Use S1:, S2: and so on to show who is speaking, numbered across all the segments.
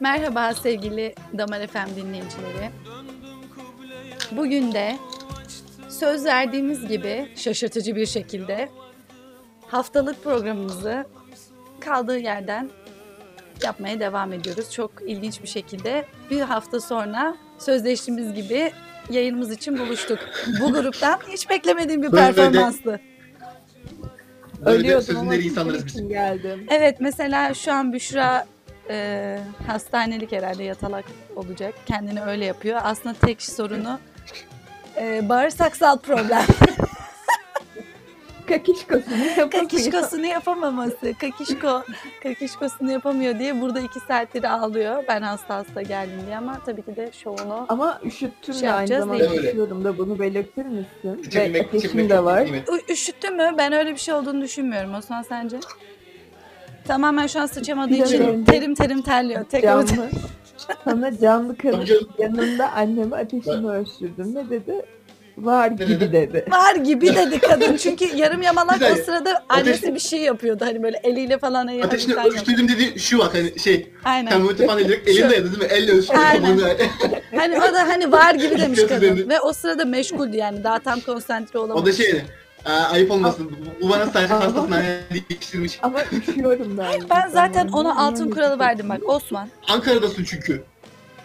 S1: Merhaba sevgili Damar FM dinleyicileri. Bugün de söz verdiğimiz gibi şaşırtıcı bir şekilde haftalık programımızı kaldığı yerden yapmaya devam ediyoruz. Çok ilginç bir şekilde bir hafta sonra sözleştiğimiz gibi yayınımız için buluştuk. Bu gruptan hiç beklemediğim bir
S2: Böyle de-
S1: performanstı.
S2: Böyle
S3: Ölüyordum ama
S2: sözünleri insanlarız biz.
S3: için geldim.
S1: Evet mesela şu an Büşra e, hastanelik herhalde yatalak olacak. Kendini öyle yapıyor. Aslında tek sorunu e, bağırsaksal problem.
S3: Kakişkosunu yapamıyor.
S1: Kakişkosunu yapamaması. Kakişko, kakişkosunu yapamıyor diye burada iki saattir ağlıyor. Ben hasta hasta geldim diye ama tabii ki de şovunu
S3: Ama üşüttüm
S1: Şey
S3: de aynı
S1: yapacağız
S3: zamanda
S2: değil. Öyle.
S3: üşüyorum da bunu belirtir misin? Ve
S2: Çekinmek,
S3: ateşim
S2: çekinmek
S3: de var.
S1: Ü- üşüttü mü? Ben öyle bir şey olduğunu düşünmüyorum. Osman sence? Tamamen şu an sıçamadığı
S3: Biraz
S1: için
S3: önce-
S1: terim terim terliyor. Tekrar
S3: Canlı. Sana canlı
S2: Tabii
S3: karı
S2: canım.
S3: yanında anneme ateşimi ölçtürdüm. Ne dedi? Var gibi dedi.
S1: var gibi dedi kadın. Çünkü yarım yamalak
S2: Bir
S1: o
S2: dakika.
S1: sırada annesi
S2: Ateş-
S1: bir şey yapıyordu. Hani böyle eliyle falan. hani
S2: Ateşini
S1: sen yap.
S2: ölçtürdüm dedi şu bak hani şey
S1: Aynen.
S2: termometre falan direkt elinde dayadı değil mi? Elle ölçtürdüm.
S1: Aynen.
S2: Bunu-
S1: Hani o da hani var gibi demiş
S2: Kötü
S1: kadın.
S2: dedi.
S1: Ve o sırada meşguldü yani. Daha tam konsantre
S2: o
S1: olamadı.
S2: da şey "Aa, ayıp olmasın. Bu- Bu bana sadece
S3: Aa.
S2: hastasına değiştirmiş.
S3: Ama üşüyorum da aynı
S1: Ben zaten
S3: zamanda.
S1: ona altın
S3: Yani-
S1: kuralı verdim bak Osman.
S2: Ankara'dasın çünkü.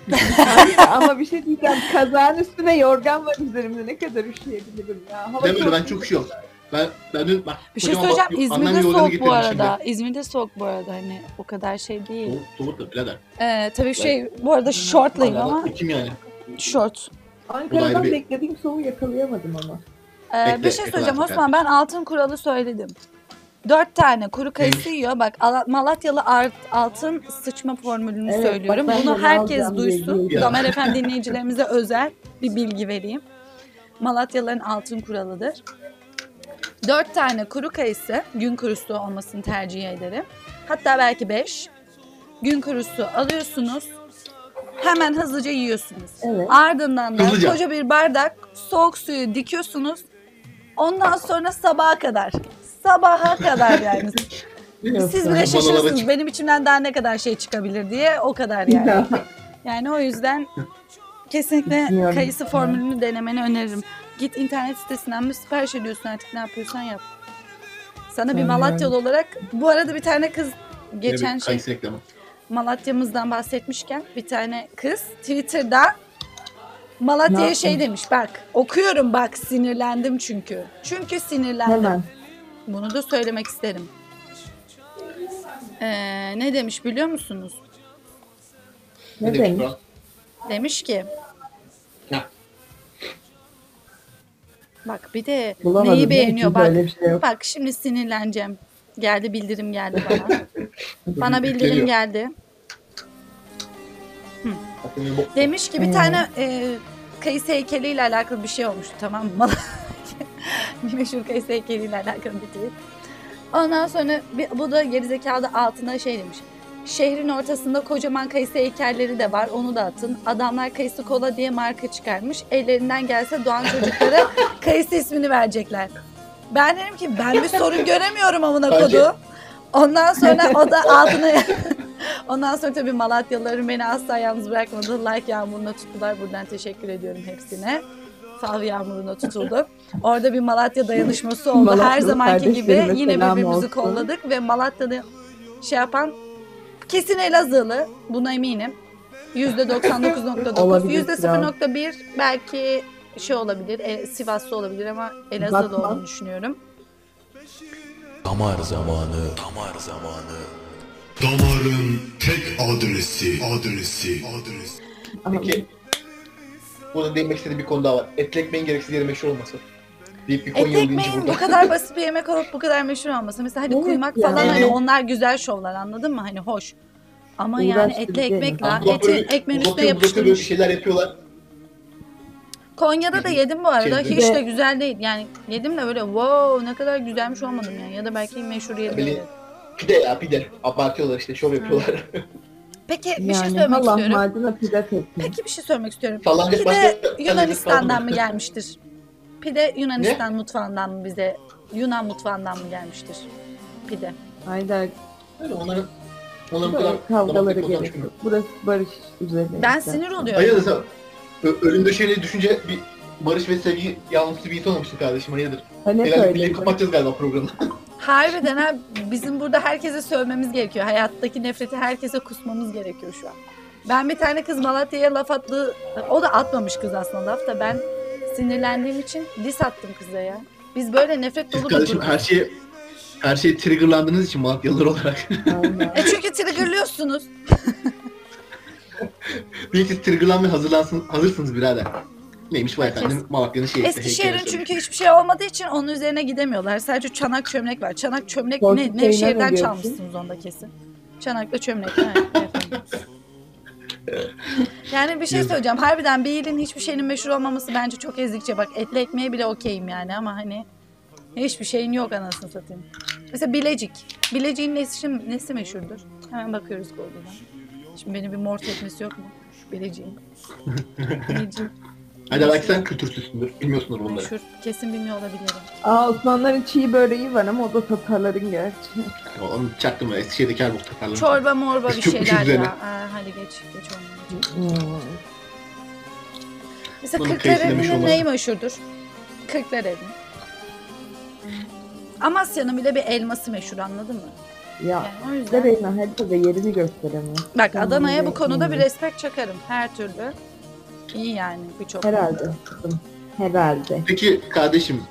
S3: Hayır, ama bir şey diyeceğim. Kazağın üstüne yorgan var üzerimde. Ne kadar üşüyebilirim ya. Hava
S2: Demiyorum ben çok üşüyorum. Ben, ben dün bak.
S1: Bir şey
S2: kocaman
S1: söyleyeceğim.
S2: bak- annem
S1: İzmir'de
S2: yorganı
S1: soğuk bu
S2: getirmiş şimdi.
S1: arada. İzmir'de soğuk bu arada. Hani o kadar şey değil.
S2: Soğuk, soğuk da birader.
S1: Ee, tabii şey bu arada şortlayım
S2: Vallahi
S1: ama
S2: bak, Kim yani?
S1: şort.
S3: Ankara'dan
S2: Kolay bir-
S3: beklediğim soğuğu yakalayamadım ama.
S1: Ee,
S2: Bekle,
S1: bir şey
S2: bekle
S1: söyleyeceğim
S2: artık
S1: Osman ben altın kuralı söyledim. Dört tane kuru kayısı yiyor. Bak Ala- Malatyalı art- altın sıçma formülünü
S3: Evet, bak
S1: söylüyorum.
S3: ben
S1: Bunu
S3: de
S1: herkes
S3: alacağım diye
S1: duysun.
S3: diyorum.
S1: Damar FM dinleyicilerimize özel bir bilgi vereyim. Malatyaların altın kuralıdır. Dört tane kuru kayısı, gün kurusu olmasını tercih ederim. Hatta belki beş. Gün kurusu alıyorsunuz. Hemen hızlıca yiyorsunuz.
S3: Evet.
S1: Ardından da
S2: Hızlıca.
S1: koca bir bardak soğuk suyu dikiyorsunuz. Ondan sonra sabaha kadar. Sabaha kadar yani. Siz bile
S2: Bana
S1: şaşırırsınız
S2: olabilir.
S1: benim içimden daha ne kadar şey çıkabilir diye o kadar yani. Yani o yüzden kesinlikle
S3: Bilmiyorum.
S1: kayısı formülünü denemeni öneririm. Git internet sitesinden mi sipariş ediyorsun artık ne yapıyorsan yap. Sana bir
S3: Aynen.
S1: Malatyalı olarak bu arada bir tane kız geçen
S2: Evet,
S1: şey
S2: Kayısı reklamı.
S1: Malatya'mızdan bahsetmişken bir tane kız Twitter'da
S3: Ne
S1: Malatya'ya
S3: yaptın?
S1: şey demiş bak okuyorum bak sinirlendim çünkü. Çünkü sinirlendim.
S3: Hemen.
S1: Bunu da söylemek isterim. Ee, ne demiş biliyor musunuz?
S3: Ne
S2: demiş
S3: demiş?
S2: Burak?
S1: Demiş ki
S2: Ne?
S1: bak bir de
S3: Bulamadım.
S1: neyi beğeniyor bak.
S3: Böyle bir şey yok.
S1: Bak şimdi sinirleneceğim. Geldi bildirim geldi bana. bana bildirim
S2: Geliyor.
S1: geldi.
S2: Aklıma bir bok-
S1: Demiş ki bir
S3: Hmm.
S1: tane e, kayısı heykeliyle alakalı bir şey olmuştu tamam mı? Mal- Meşhur kayısı heykeliyle alakalı bir tweet. Ondan sonra bir- bu da gerizekalı da altına şey demiş. Şehrin ortasında kocaman kayısı heykelleri de var onu da atın. Adamlar kayısı kola diye marka çıkarmış. Ellerinden gelse doğan çocuklara kayısı ismini verecekler. Ben dedim ki ben bir sorun göremiyorum amına
S2: Bence-
S1: kodu. Ondan sonra o da altına Ondan sonra tabii Malatyalıların beni asla yalnız bırakmadı. Like yağmuruna tuttular. Buradan teşekkür ediyorum hepsine. Fav yağmuruna tutuldu. Orada bir Malatya dayanışması oldu. Her
S3: Malatyalı
S1: zamanki gibi
S3: kardeşlerime
S1: yine
S3: selam
S1: birbirimizi
S3: olsun.
S1: kolladık ve Malatya'da şey yapan kesin Elazığlı. Buna eminim. %99.9,
S3: Olabilir biraz.
S1: %0.1 belki şey olabilir, e, Sivaslı olabilir ama Elazığlı
S3: Batman.
S1: olduğunu düşünüyorum.
S4: Damar zamanı. Damar zamanı.
S5: Damarın tek adresi, adresi, adresi.
S3: Ama
S2: Peki. Burada değinmek istediğim bir konu daha var. Etli ekmeğin gereksiz yere meşhur olması. Deyip bir
S1: Et
S2: Konyalı deyince
S1: ekmeğin E, bu
S2: burada.
S1: kadar basit bir yemek olup bu kadar meşhur olması. Mesela hadi
S3: Evet
S1: kuymak
S3: ya.
S1: falan hani
S2: Evet.
S1: onlar güzel şovlar anladın mı? Hani hoş. Ama yani etli
S3: Uğraştırıcı
S1: ekmek la.
S2: Kulak
S1: Eti
S2: böyle
S1: ekmeğin üstüne
S2: uzatıyor, uzatıyor, böyle bir
S1: yapıştırmış.
S2: şeyler yapıyorlar.
S1: Konya'da da yedim bu arada.
S2: Şeyde.
S1: Hiç de güzel değil. Yani yedim de böyle wow ne kadar güzelmiş olmadım yani. Ya da belki meşhur
S2: Böyle-
S1: yedim.
S2: Pide ya pide. Abartıyorlar işte şov yapıyorlar.
S1: Peki bir şey
S3: Yani
S1: söylemek
S3: Allah
S1: istiyorum.
S3: macuna pide tepki.
S1: Peki bir şey söylemek istiyorum.
S2: Falan hep
S1: Pide
S2: başka-
S1: Yunanistan'dan
S2: Yunanistan'dan.
S1: mı gelmiştir? Pide Yunanistan mutfağından mı bize? Yunan mutfağından mı gelmiştir? Pide.
S3: Haydar
S2: Öyle onların Onların bu kadar
S3: Böyle kavgaları
S2: damak
S3: gerek
S2: yapmadan
S3: yok. Burası barış üzerine.
S1: Ben
S3: işte.
S1: sinir oluyorum.
S2: Hayırdır sen? ö- Ölüm döşeğine düşünce bir barış ve sevgi yanlısı bir insan olmuşsun kardeşim hayırdır?
S3: Ha ne
S2: Herhalde
S1: şey
S2: bileği
S3: söyledin?
S2: kapatacağız galiba programı.
S1: Harbiden ha bizim burada herkese sövmemiz gerekiyor. Hayattaki nefreti herkese kusmamız gerekiyor şu an. Ben bir tane kız Malatya'ya laf attı. O da atmamış kız aslında laf da ben sinirlendiğim için dis attım kıza ya. Biz böyle nefret
S2: Siz
S1: dolu bir
S2: kardeşim
S1: grubuz.
S2: her şeye her şeye triggerlandığınız için Malatyalılar olarak.
S3: Aynen.
S1: E çünkü triggerlıyorsunuz.
S2: Değil siz triggerlanmaya hazırlansın, hazırsınız birader. Neymiş vay efendim şey,
S1: Kesin.
S2: Malatya'nın şeyi.
S1: Eskişehir'in çünkü hiçbir şey olmadığı için onun üzerine gidemiyorlar. Sadece çanak çömlek var. Çanak çömlek
S3: Korkut
S1: ne?
S3: Bey'den
S1: Nevşehir'den
S3: ödüyorsun.
S1: çalmışsınız onda kesin. Çanakla çömlek. ha, efendim. yani bir şey
S2: Yazık.
S1: söyleyeceğim. Harbiden bir ilin hiçbir şeyinin meşhur olmaması bence çok ezikçe. Bak etli ekmeğe bile okeyim yani ama hani hiçbir şeyin yok anasını satayım. Mesela Bilecik. Bilecik'in nesi, nesi meşhurdur? Hemen bakıyoruz Google'dan. Şimdi beni bir mort etmesi yok mu? Bilecik'in. Bilecik
S2: Hadi belki sen kültürsüzsündür. Bilmiyorsundur bunları.
S1: meşhur. Kesin bilmiyor olabilirim.
S3: Aa Osmanlıların çiğ böreği var ama o da Tatarların gerçi.
S2: Ya Onu çaktım ben. Eskişehir'deki her muhtarlarla.
S1: Çorba morba bir
S2: Biz çok
S1: şeyler
S2: üşüdük
S1: ya.
S2: yani.
S1: Aa, hadi geç geç onu.
S3: Hmm.
S1: Mesela
S2: Bunun şey keyiflemiş
S1: Kırklareli'nin
S2: olmalı.
S1: neyi meşhurdur? Kırklareli. Amasya'nın bile bir elması meşhur anladın mı?
S3: Ya.
S1: Yani o yüzden.
S3: Reyna haritada yerini gösteremiyor.
S1: Bak
S3: Tamam,
S1: Adana'ya bu
S3: evet,
S1: konuda
S3: evet.
S1: bir respekt çakarım her türlü. İyi yani birçok.
S3: Herhalde kızım. Herhalde.
S2: Peki kardeşim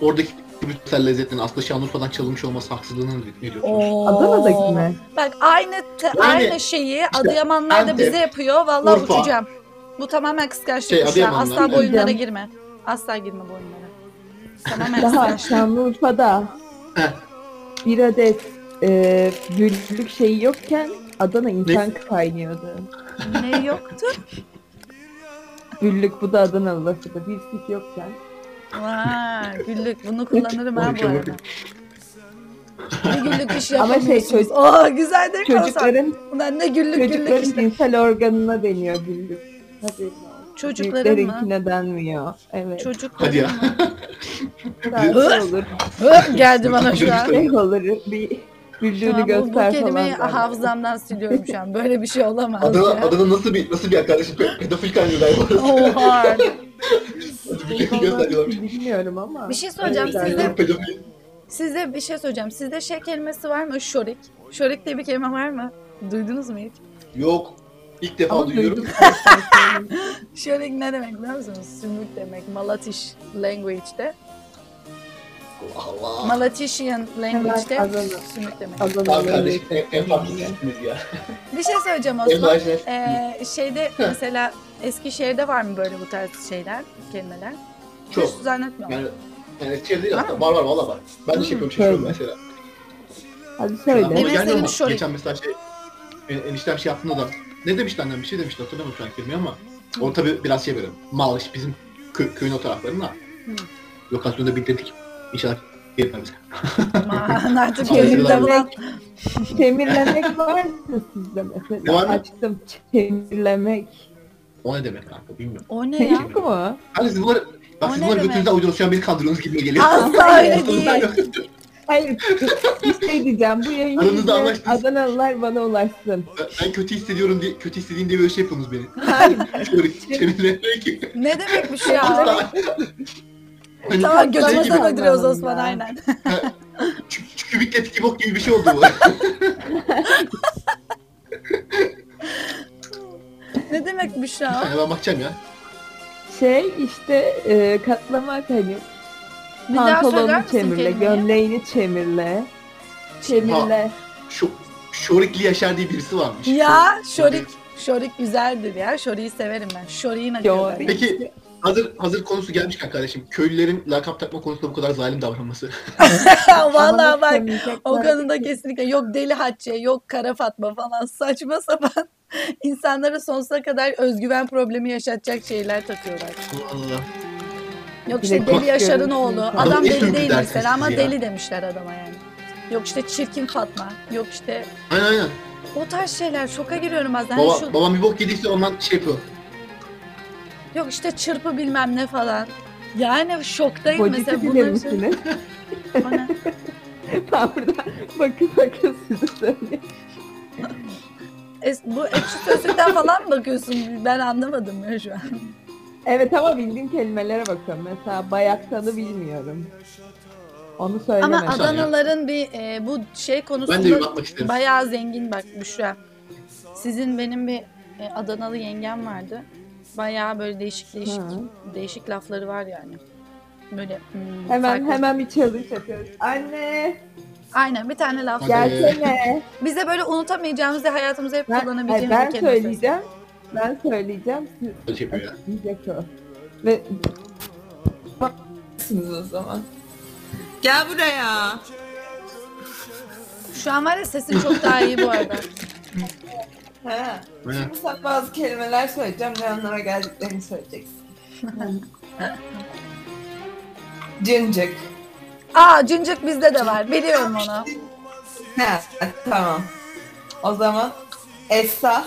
S2: oradaki Brüksel lezzetinin aslında Şanlıurfa'dan çalınmış olması haksızlığını ne diyorsunuz?
S1: Oo.
S3: Adana'daki mi?
S1: Bak aynı te-
S2: Yani
S1: aynı şeyi Adıyamanlar da
S2: Antep,
S1: bize yapıyor. Vallahi
S2: Urfa.
S1: uçacağım. Bu tamamen kıskançlık
S2: Şey,
S1: şey, Asla
S2: Adıyamanlar,
S1: bu
S2: evet.
S1: oyunlara girme. Asla girme bu oyunlara. Tamamen
S3: Daha
S1: kıskançlık.
S3: Şanlıurfa'da
S2: Heh.
S3: bir adet e, güllük şeyi yokken Adana insan
S2: Ne?
S3: kaynıyordu.
S1: Ne yoktu?
S3: Güllük bu da Adana lafıdır. Bir sik yokken.
S1: Vay güllük bunu kullanırım ha bu arada. Ne güllük iş
S3: Ama şey,
S1: yapamıyorsunuz.
S3: çocuk-
S1: Aa güzel değil mi Çocukların...
S3: Çocukların,
S1: Ulan ne güllük güllük
S3: çocukların
S1: işte.
S3: cinsel organına deniyor güllük. Hadi.
S1: Çocukların mı?
S3: Büyüklerinkine denmiyor. Evet.
S2: Hadi ya.
S1: Çocukların mı?
S3: Daha ne olur.
S1: Hıh, Geldi bana şu an.
S3: Ne olur. Bir güllüğünü
S1: Tamam, bu, bu
S3: göster
S1: kelimeyi
S3: falan.
S1: hafızamdan siliyorum şu an. Böyle bir şey olamaz
S2: Adana,
S1: ya.
S2: Adana nasıl bir nasıl bir yer kardeşim? Pe- Pedofil kaynıyor galiba.
S1: Oha.
S2: Bildiğini gösteriyorlar.
S3: Bilmiyorum ama.
S1: Bir şey söyleyeceğim
S3: Öyle
S1: size.
S3: derler.
S2: Pedofil.
S1: Size bir şey söyleyeceğim. Sizde şey kelimesi var mı? Şorik. Şorik diye bir kelime var mı? Duydunuz mu hiç?
S2: Yok. İlk defa
S3: Ama
S2: duyuyorum.
S3: duydum. zaten.
S1: Şöyle ne demek biliyor musunuz? Sümük demek. Malatiş language'de.
S2: Allah Allah.
S1: Malatişian
S3: Hemen
S1: language'de
S3: Adana.
S1: sümük demek.
S2: Abi
S3: Adana'da
S2: kardeşim en, en farklı sizsiniz ya.
S1: Bir şey söyleyeceğim
S2: En
S1: Osman.
S2: başta.
S1: Ee, şeyde mesela Eskişehir'de var mı böyle bu tarz şeyler, kelimeler?
S2: Çok.
S1: Hiç zannetmiyorum.
S2: Yani yani Eskişehir değil
S1: Var Hmm.
S2: aslında. Var var valla var. Ben de şey yapıyorum şaşırıyorum
S3: Şöyle.
S2: mesela.
S3: Hadi
S2: Aklıma
S1: Demek
S3: söyle.
S2: geldi
S1: senin
S2: ama
S1: şöyle-
S2: Geçen mesela şey, en, eniştem şey yaptığında da ne demişti annem bir şey demişti hatırlamıyorum şu an kelimeyi ama onu tabi biraz şey veriyorum. Mal iş bizim kö- köyün o taraflarında. Lokasyonda bir dedik. İnşallah yetmemiz.
S1: Aman artık
S2: Şöyle
S1: gözümde
S2: şeyler-
S1: bulan.
S3: Çemirlemek var mı sizde mesela?
S2: Var mı?
S3: Açtım. Çemirlemek.
S2: O ne demek kanka bilmiyorum.
S1: O ne ya?
S3: Yok mu?
S2: Hani siz bunları,
S1: O
S2: bak siz
S1: ne
S2: bunları
S1: demek?
S2: götünüzden uydurup şu an beni kandırıyorsunuz gibi geliyor.
S1: Asla öyle değil.
S3: Hayır. Bir şey diyeceğim. Bu yayını
S2: Aranızda
S3: izleyen
S2: anlaştınız.
S3: Adanalılar bana ulaşsın.
S2: Ben- ben kötü hissediyorum diye, kötü istediğim diye böyle şey yapıyorsunuz beni.
S3: Hayır.
S2: Şöyle çevirerek.
S1: Ne demekmiş ya?
S2: Hani
S1: tamam
S2: şey gibi,
S1: götümüzden
S3: gibi.
S1: öldürüyoruz
S3: Allah'ım
S1: Osman
S3: ya.
S1: aynen.
S2: çü- çü- kübikle tiki bok gibi bir şey oldu bu.
S1: ne demekmiş ya?
S2: Yani ben bakacağım ya.
S3: Şey işte e, katlamak hani
S1: Bir daha söyler
S3: pantolonunu
S1: misin
S3: çemirle,
S1: kelimeyi?
S3: gömleğini çemirle. Çemirle.
S2: Şu, şorikli Yaşar diye birisi varmış.
S1: Ya şorik. Şorik güzeldir ya. Şori'yi severim ben. Şori'yi ne diyorlar?
S3: Şorik.
S2: Peki hazır hazır konusu gelmişken kardeşim köylülerin lakap takma konusunda bu kadar zalim davranması.
S1: Vallahi bak.
S3: Çemirlekler-
S1: O konuda kesinlikle yok Deli Hatice, yok Kara Fatma falan saçma sapan insanlara sonsuza kadar özgüven problemi yaşatacak şeyler takıyorlar.
S2: Allah Allah.
S1: Yok işte
S3: Direkt
S1: Deli
S3: bak-
S1: Yaşar'ın oğlu.
S3: Adam
S1: Adam
S2: eşim
S1: deli değil
S2: gider
S1: mesela ama
S2: ya.
S1: deli demişler adama yani. Yok işte çirkin Fatma. Yok işte
S2: Aynen aynen.
S1: o tarz şeyler şoka giriyorum bazen. Hani
S2: Baba,
S1: şu,
S2: Babam bir bok yediyse ondan şey yapıyor.
S1: yok işte çırpı bilmem ne falan. Yani şoktayım mesela.
S3: Pozitif bilir
S1: Bunların şey-
S3: misiniz?
S1: Bana-
S3: Tam burada bakın bakın size söyleyeyim.
S1: Es- E, bu ekşi sözlükten falan mı bakıyorsun? Ben anlamadım ya şu an.
S3: Evet ama bildiğim kelimelere bakıyorum. Mesela bayaktalı bilmiyorum. Onu
S1: Ama
S3: söylemedim.
S2: Adam-
S1: Adanaların bir e, bu şey
S2: Ben de bir
S1: konusunda
S2: bakmak isterim.
S1: bayağı zengin bak Büşra. Sizin benim bir e, Adanalı yengem vardı. Bayağı böyle değişik değişik
S3: Hı.
S1: değişik lafları var yani. Böyle hmm,
S3: Hemen
S1: farklı-
S3: hemen bir challenge yapıyoruz. Anne
S1: Aynen bir tane laf.
S2: Hadi.
S1: Gel.
S3: gelsene.
S1: Bize böyle unutamayacağımız ve hayatımızda hep
S3: ben,
S1: kullanabileceğimiz
S3: hayır, ben
S1: bir kelime söyleyeyim.
S3: söyleyeceğim. Ben söyleyeceğim. Siz
S2: Böyle şey yapıyor ya.
S3: diyecek o. Ve
S6: Siz o zaman. Gel buraya.
S1: Şu an var ya sesin çok daha iyi bu arada.
S6: He.
S2: Aynen.
S6: Şimdi sen bazı kelimeler söyleyeceğim ve onlara geldiklerini söyleyeceksin. Cincik.
S1: Aa cıncık bizde de var. Biliyorum onu.
S6: He, tamam. O zaman Esra.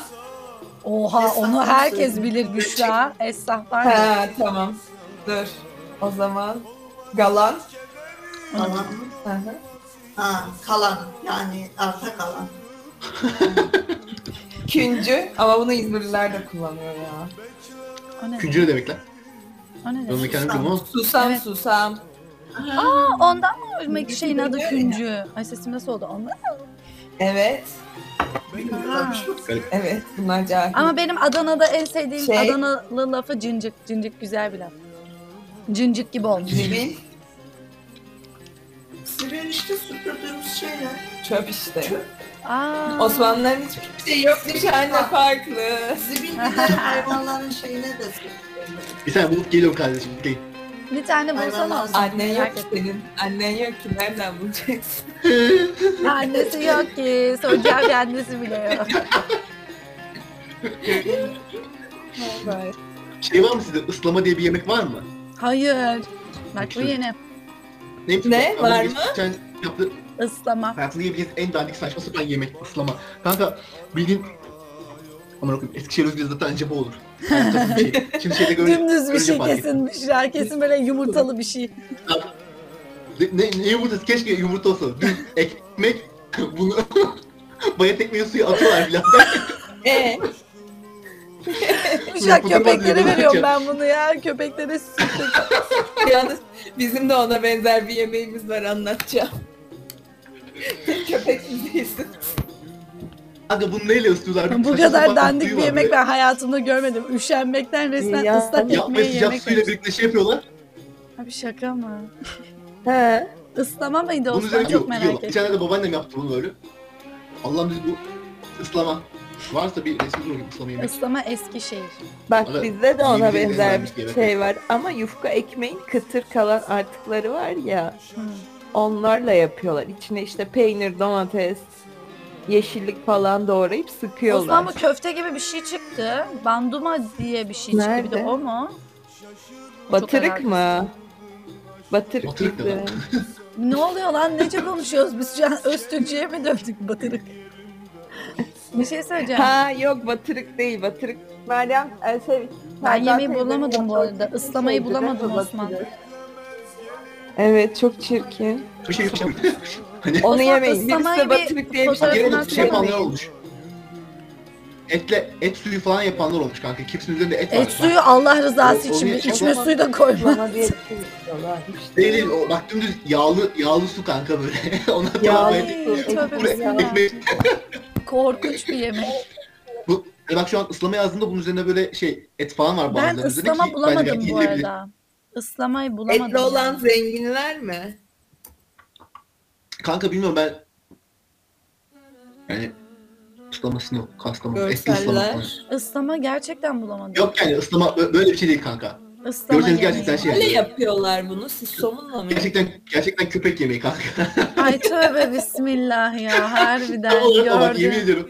S1: Oha
S6: Esnaf
S1: onu herkes
S6: söyledi.
S1: bilir Büşra. Esnaf var ya.
S6: He, tamam. Dur. O zaman Galan.
S7: Kalan.
S6: Hı hı.
S7: Ha, kalan yani arta kalan.
S6: Küncü. Ama bunu İzmirliler de kullanıyor ya.
S1: O ne?
S2: Küncü ne demek lan?
S1: O ne?
S2: Ben onu kendim bilmiyorum ama.
S6: Susam
S1: Evet.
S6: susam.
S1: Aa, ondan mı ölmek şeyin adı
S6: Öyle.
S1: küncü? Ay sesim nasıl oldu ondan?
S6: Evet.
S1: Ha.
S6: Evet. Bunlar cahil.
S1: Ama benim Adana'da en sevdiğim
S6: Şey-
S1: Adanalı lafı cincik. Cincik güzel bir laf. Cincik gibi olmuş.
S6: Zibil.
S7: Sürün işte süpürdüğümüz şey şeyler.
S6: Çöp işte.
S1: Aa,
S6: Osmanlıların hiçbir şey yok. Nişanla farklı.
S7: Zibil bir de hayvanların şeyine de sürüyor.
S2: Bir tane bulup geliyorum kardeşim. Gel.
S1: bir tane bulsana
S7: Hayvanlar-
S1: olsun.
S6: Annen yok
S1: Merak
S6: ki
S1: ettim.
S6: senin. Annen yok ki nereden bulacaksın?
S1: Annesi yok ki. Soracağı bir annesi bile yok.
S2: Şey var mı sizde? Islama diye bir yemek var mı?
S1: Hayır. Bak bu yeni.
S2: Ne,
S6: Ne? Var mı?
S2: Sen yaptı,
S1: Islama.
S2: hayatında yiyebileceğiniz en dandik saçma sapan yemek ıslama. Kanka bildiğin... Aman okuyum Eskişehir Özgür'de zaten anca bu olur. Harika bir şey. Şimdi şeyde görünce...
S1: Dümdüz bir
S2: görünce
S1: şey
S2: fark ettim.
S1: kesin. Büşra kesin böyle yumurtalı bir şey.
S2: Ne, ne, ne yumurtası? Keşke yumurta olsa. Düz ekmek bunu bayat ekmeği suya atıyorlar bile.
S6: Ee,
S1: Büşra
S2: Yumurta
S1: köpeklere
S6: şey.
S2: bazı
S1: veriyorum
S2: yumurta.
S1: ben bunu ya. Köpeklere sürekli.
S6: yalnız bizim de ona benzer bir yemeğimiz var anlatacağım. Köpek değilsin.
S2: Kanka bunu neyle ısıtıyorlar?
S1: Bu
S2: Saçma
S1: kadar
S2: sapan
S1: dandik
S2: suyu
S1: bir
S2: var
S1: yemek
S2: böyle.
S1: ben hayatımda görmedim. Üşenmekten resmen
S3: Ya,
S1: ıslak
S2: Yapmayı
S1: ekmeği
S2: sıcak
S1: yemek.
S2: suyla birlikte şey yapıyorlar.
S1: Abi şaka mı?
S3: he.
S1: Islama mıydı o?
S2: Bunun üzerine
S1: Çok
S2: yok,
S1: merak
S2: yiyorlar. Bir
S1: ettim.
S2: tane de babaannem yaptı bunu böyle. Allah'ım dedi bu ıslama. Varsa bir resmi durun ıslama yemek.
S1: Islama Eskişehir.
S3: Bak
S2: Ama
S3: bizde de ona
S2: zincirle
S3: benzer
S2: ezbermiş
S3: bir
S2: yemek
S3: şey var ama yufka ekmeğin kıtır kalan artıkları var ya
S1: Hmm.
S3: onlarla yapıyorlar. İçine işte peynir, domates, yeşillik falan doğrayıp sıkıyorlar.
S1: Osman bu köfte gibi bir şey çıktı. Banduma diye bir şey çıktı. Bir de
S3: Nerede?
S1: o mu? O çok
S3: Batırık
S1: alakasız.
S3: mı? Batırık,
S2: Batırık ne
S3: bizde.
S2: lan?
S1: Ne oluyor lan? Nece konuşuyoruz? Biz şu an Öztürkçe'ye mi döndük batırık? bir şey söyleyeceğim.
S3: Ha yok batırık değil batırık. Meryem e, şey,
S1: Ben
S3: Ferda
S1: yemeği
S3: teyzenin
S1: bulamadım bu arada.
S3: yaptığı
S1: Islamayı
S3: şeydi, değil mi
S1: bulamadım Osman.
S3: batırık? Evet çok çirkin.
S2: Bir şey yok.
S3: Onu
S1: Osman,
S3: yemeyin. Birisi
S1: ıslamayı bir
S3: de batırık diye bir şey
S1: fotoğrafını
S2: Geri
S1: Tarafından
S2: bir şey
S1: atayım.
S3: yemeyin.
S2: yapanlar olmuş. Etle, et suyu falan yapanlar olmuş kanka. Kimsinin üzerinde et, var.
S1: Et suyu Allah rızası
S2: O-
S1: için
S2: onu
S1: bir
S2: hiç
S1: içme
S2: yapamam.
S1: suyu da koyma.
S3: Bana diye bir şey istiyorlar işte.
S2: Bak, değil, değil, o, bak dümdüz yağlı, yağlı su kanka böyle. Ona tamam
S3: Yağlı
S2: et.
S1: Ay, tövbe bismillah.
S2: Ekmek.
S1: Korkunç bir yemek.
S2: Bu, e bak şu an ıslama yazdığında bunun üzerine böyle şey et falan var
S1: Ben
S2: bazılarının üzerine ki
S1: ıslama
S2: bence gayet
S1: bulamadım bu
S2: yenilebilir.
S1: arada. Islamayı bulamadım.
S6: Etli olan zenginler mi?
S2: Kanka bilmiyorum ben yani ıslamasını yok. Kaslama. Etli ıslama
S6: Görseller.
S2: falan.
S1: Islama gerçekten bulamadım.
S2: Yok yani ıslama bö- böyle bir şey değil kanka.
S1: Islama
S2: Görseniz gerçekten
S1: yemeği.
S2: şey-
S6: Öyle yapıyorlar bunu. Siz somunla mı?
S2: Gerçekten gerçekten köpek yemeği kanka.
S1: Ay tövbe bismillah ya harbiden
S2: Tam olarak o bak yemin
S1: gördüm.
S2: ediyorum.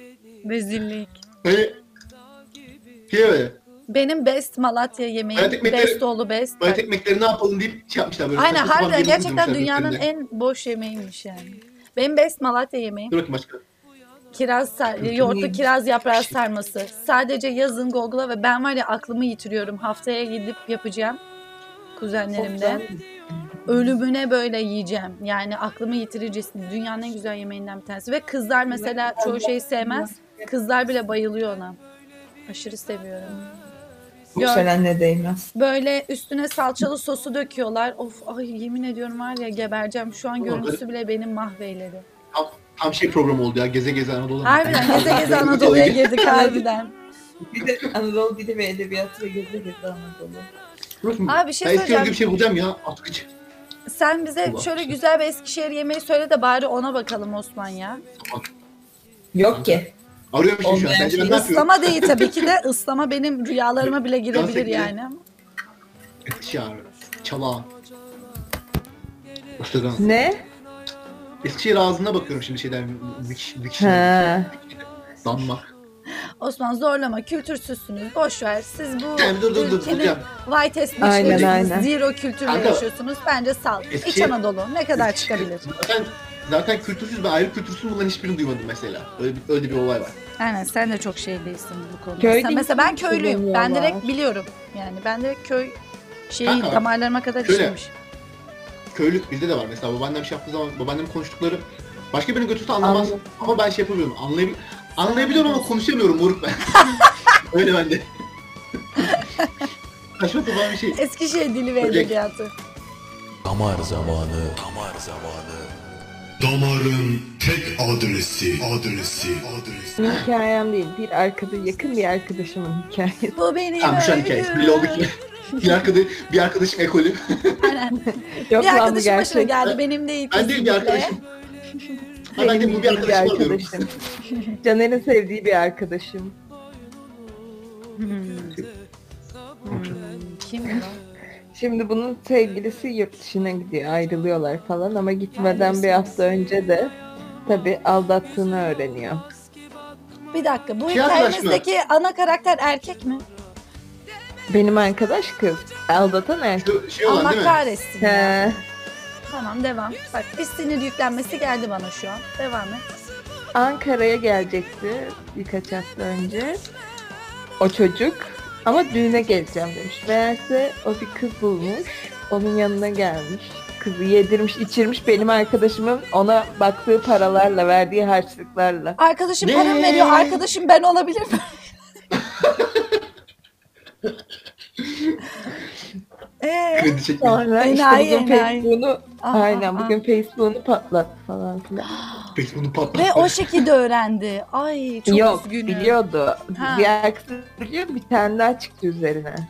S1: Rezillik.
S2: Hani şey böyle.
S1: Benim best Malatya yemeği.
S2: Bayat ekmekleri-
S1: Best oldu best.
S2: Bayat ekmekleri ne yapalım deyip şey yapmışlar böyle.
S1: Aynen
S2: saçma sapan
S1: harbiden
S2: bir yemek
S1: gerçekten
S2: uydurmuşlar
S1: dünyanın
S2: birbirine.
S1: en boş yemeğiymiş yani. Benim best Malatya yemeği.
S2: Dur bakayım başka.
S1: Kiraz sar-
S2: Mümkün
S1: yoğurtlu
S6: değil.
S1: kiraz yaprağı sarması. Sadece yazın Google'a ve ben var ya aklımı yitiriyorum. Haftaya gidip yapacağım kuzenlerimle. ölümüne böyle yiyeceğim. Yani aklımı yitireceksin. Dünyanın en güzel yemeğinden bir tanesi. Ve kızlar mesela çoğu şeyi sevmez. Kızlar bile bayılıyor ona. Aşırı seviyorum.
S6: Bu
S1: Gör-
S6: şölenle değmez.
S1: Böyle üstüne salçalı sosu döküyorlar. Of ay yemin ediyorum var ya gebereceğim. Şu an görüntüsü bile benim mahveyledi.
S2: Tam şey programı oldu ya. Geze geze Anadolu.
S1: Harbiden geze geze Anadolu'ya girdik harbiden.
S6: Bir de Anadolu Dili ve Edebiyatı ve Gezi Gezi Anadolu.
S1: Abi bir şey
S2: ben istiyorum
S1: söyleyeceğim.
S2: bir şey bulacağım ya. Atkıç.
S1: Sen bize
S2: Allah
S1: şöyle
S2: aşkına.
S1: güzel bir Eskişehir yemeği söyle de bari ona bakalım Osman ya.
S6: Yok ki.
S2: Arıyorum işte şu an.
S6: Olmayan
S2: Bence ben
S6: şey.
S2: ne yapıyorum?
S1: Islama değil tabii ki de ıslama benim rüyalarıma bile girebilir
S2: Gerçekten.
S1: yani.
S2: Eskişehir. Çalağan. Isırgan.
S3: Ne?
S2: Eskişehir ağzına bakıyorum şimdi şeyden. Vik, vik,
S3: Ha.
S2: dammak.
S1: Osman zorlama kültürsüzsünüz boş ver. Siz bu
S2: Yani dur dur dur
S1: ülkenin
S2: bulacağım.
S1: white as
S3: Aynen,
S1: bitch
S3: aynen.
S1: zero kültürle
S2: Kanka,
S1: yaşıyorsunuz. Bence sal. İç
S2: Eskişehir-
S1: Anadolu ne kadar
S2: Eskişehir-
S1: çıkabilir?
S2: Zaten, zaten kültürsüz ve ayrı kültürsüz bunların hiçbirini duymadım mesela. Öyle bir, öyle bir olay var.
S1: Aynen sen de çok şey değilsin bu konuda.
S3: Köy
S1: Sen- mesela ben
S3: dilini
S1: köylüyüm. Ben
S3: kullanıyorlar.
S1: direkt biliyorum. Yani ben direkt köy şeyi
S2: Kanka,
S1: damarlarıma kadar
S2: şöyle,
S1: işlemiş.
S2: Köylülük bizde de var mesela. Babaannem şey yaptığı zaman babaannem konuştukları başka birinin götürse anlamaz.
S3: Anladım.
S2: Ama ben şey yapabiliyorum. Anlayabil anlayabiliyorum ama konuşamıyorum moruk ben. öyle bende. Saçma sapan bir şey.
S1: Eskişehir dili ve
S2: Öyle-
S1: edebiyatı.
S4: Damar zamanı. Damar zamanı.
S5: Damarın tek adresi, adresi, adresi.
S3: Benim hikayem değil. Bir arkadaş, yakın bir arkadaşımın hikayesi.
S1: Bu benim
S2: Tamam şu an hikayesi belli oldu ki. bir, arkadaş, bir arkadaşım ekolü.
S1: Aynen.
S3: Yok
S1: bir
S3: lan bu
S1: arkadaşım başına
S3: gerçek.
S1: geldi. Benim değil.
S2: Ben değil bir
S1: kesinlikle.
S2: arkadaşım. Ha, ben de
S3: Benim
S2: bu bir
S3: yakın
S2: arkadaşım arıyorum.
S3: arkadaşım. Caner'in sevdiği bir arkadaşım.
S1: Hmm. Hmm, Kim? lan?
S3: Şimdi bunun sevgilisi yurt dışına gidiyor, ayrılıyorlar falan ama gitmeden bir
S1: Ayrılıyorsunuz.
S3: hafta önce de tabi aldattığını öğreniyor.
S1: Bir dakika. Bu
S2: Şey arkadaş mı?
S1: hikayemizdeki ana karakter erkek mi?
S3: Benim arkadaş kız, aldatan erkek. Ee,
S2: Şu- Şey olan
S1: Allah
S2: değil mi?
S1: kahretsin. ya.
S3: He.
S1: Tamam devam. Bak bir sinir yüklenmesi geldi bana şu an. Devam et.
S3: Ankara'ya gelecekti birkaç hafta önce. O çocuk ama düğüne geleceğim demiş. Meğerse o bir kız bulmuş, onun yanına gelmiş. Kızı yedirmiş, içirmiş benim arkadaşımın ona baktığı paralarla, verdiği harçlıklarla.
S1: Arkadaşım
S2: Ne?
S1: para mı veriyor. Arkadaşım ben olabilir mi? Ee, ah,
S2: Kredi çekmiyor.
S3: Sonra
S1: Enayi,
S3: işte bugün
S1: enayi.
S3: Facebook'unu
S1: aha,
S3: Aynen
S1: aha.
S3: bugün Facebook'unu patlattı falan filan.
S2: Peki bunu
S1: ah. Ve
S2: patlattı.
S1: o şekilde öğrendi. Ay çok
S3: Yok
S1: üzgünüm.
S3: biliyordu.
S1: Ha.
S3: Diğer kız biliyor bir tane daha çıktı üzerine.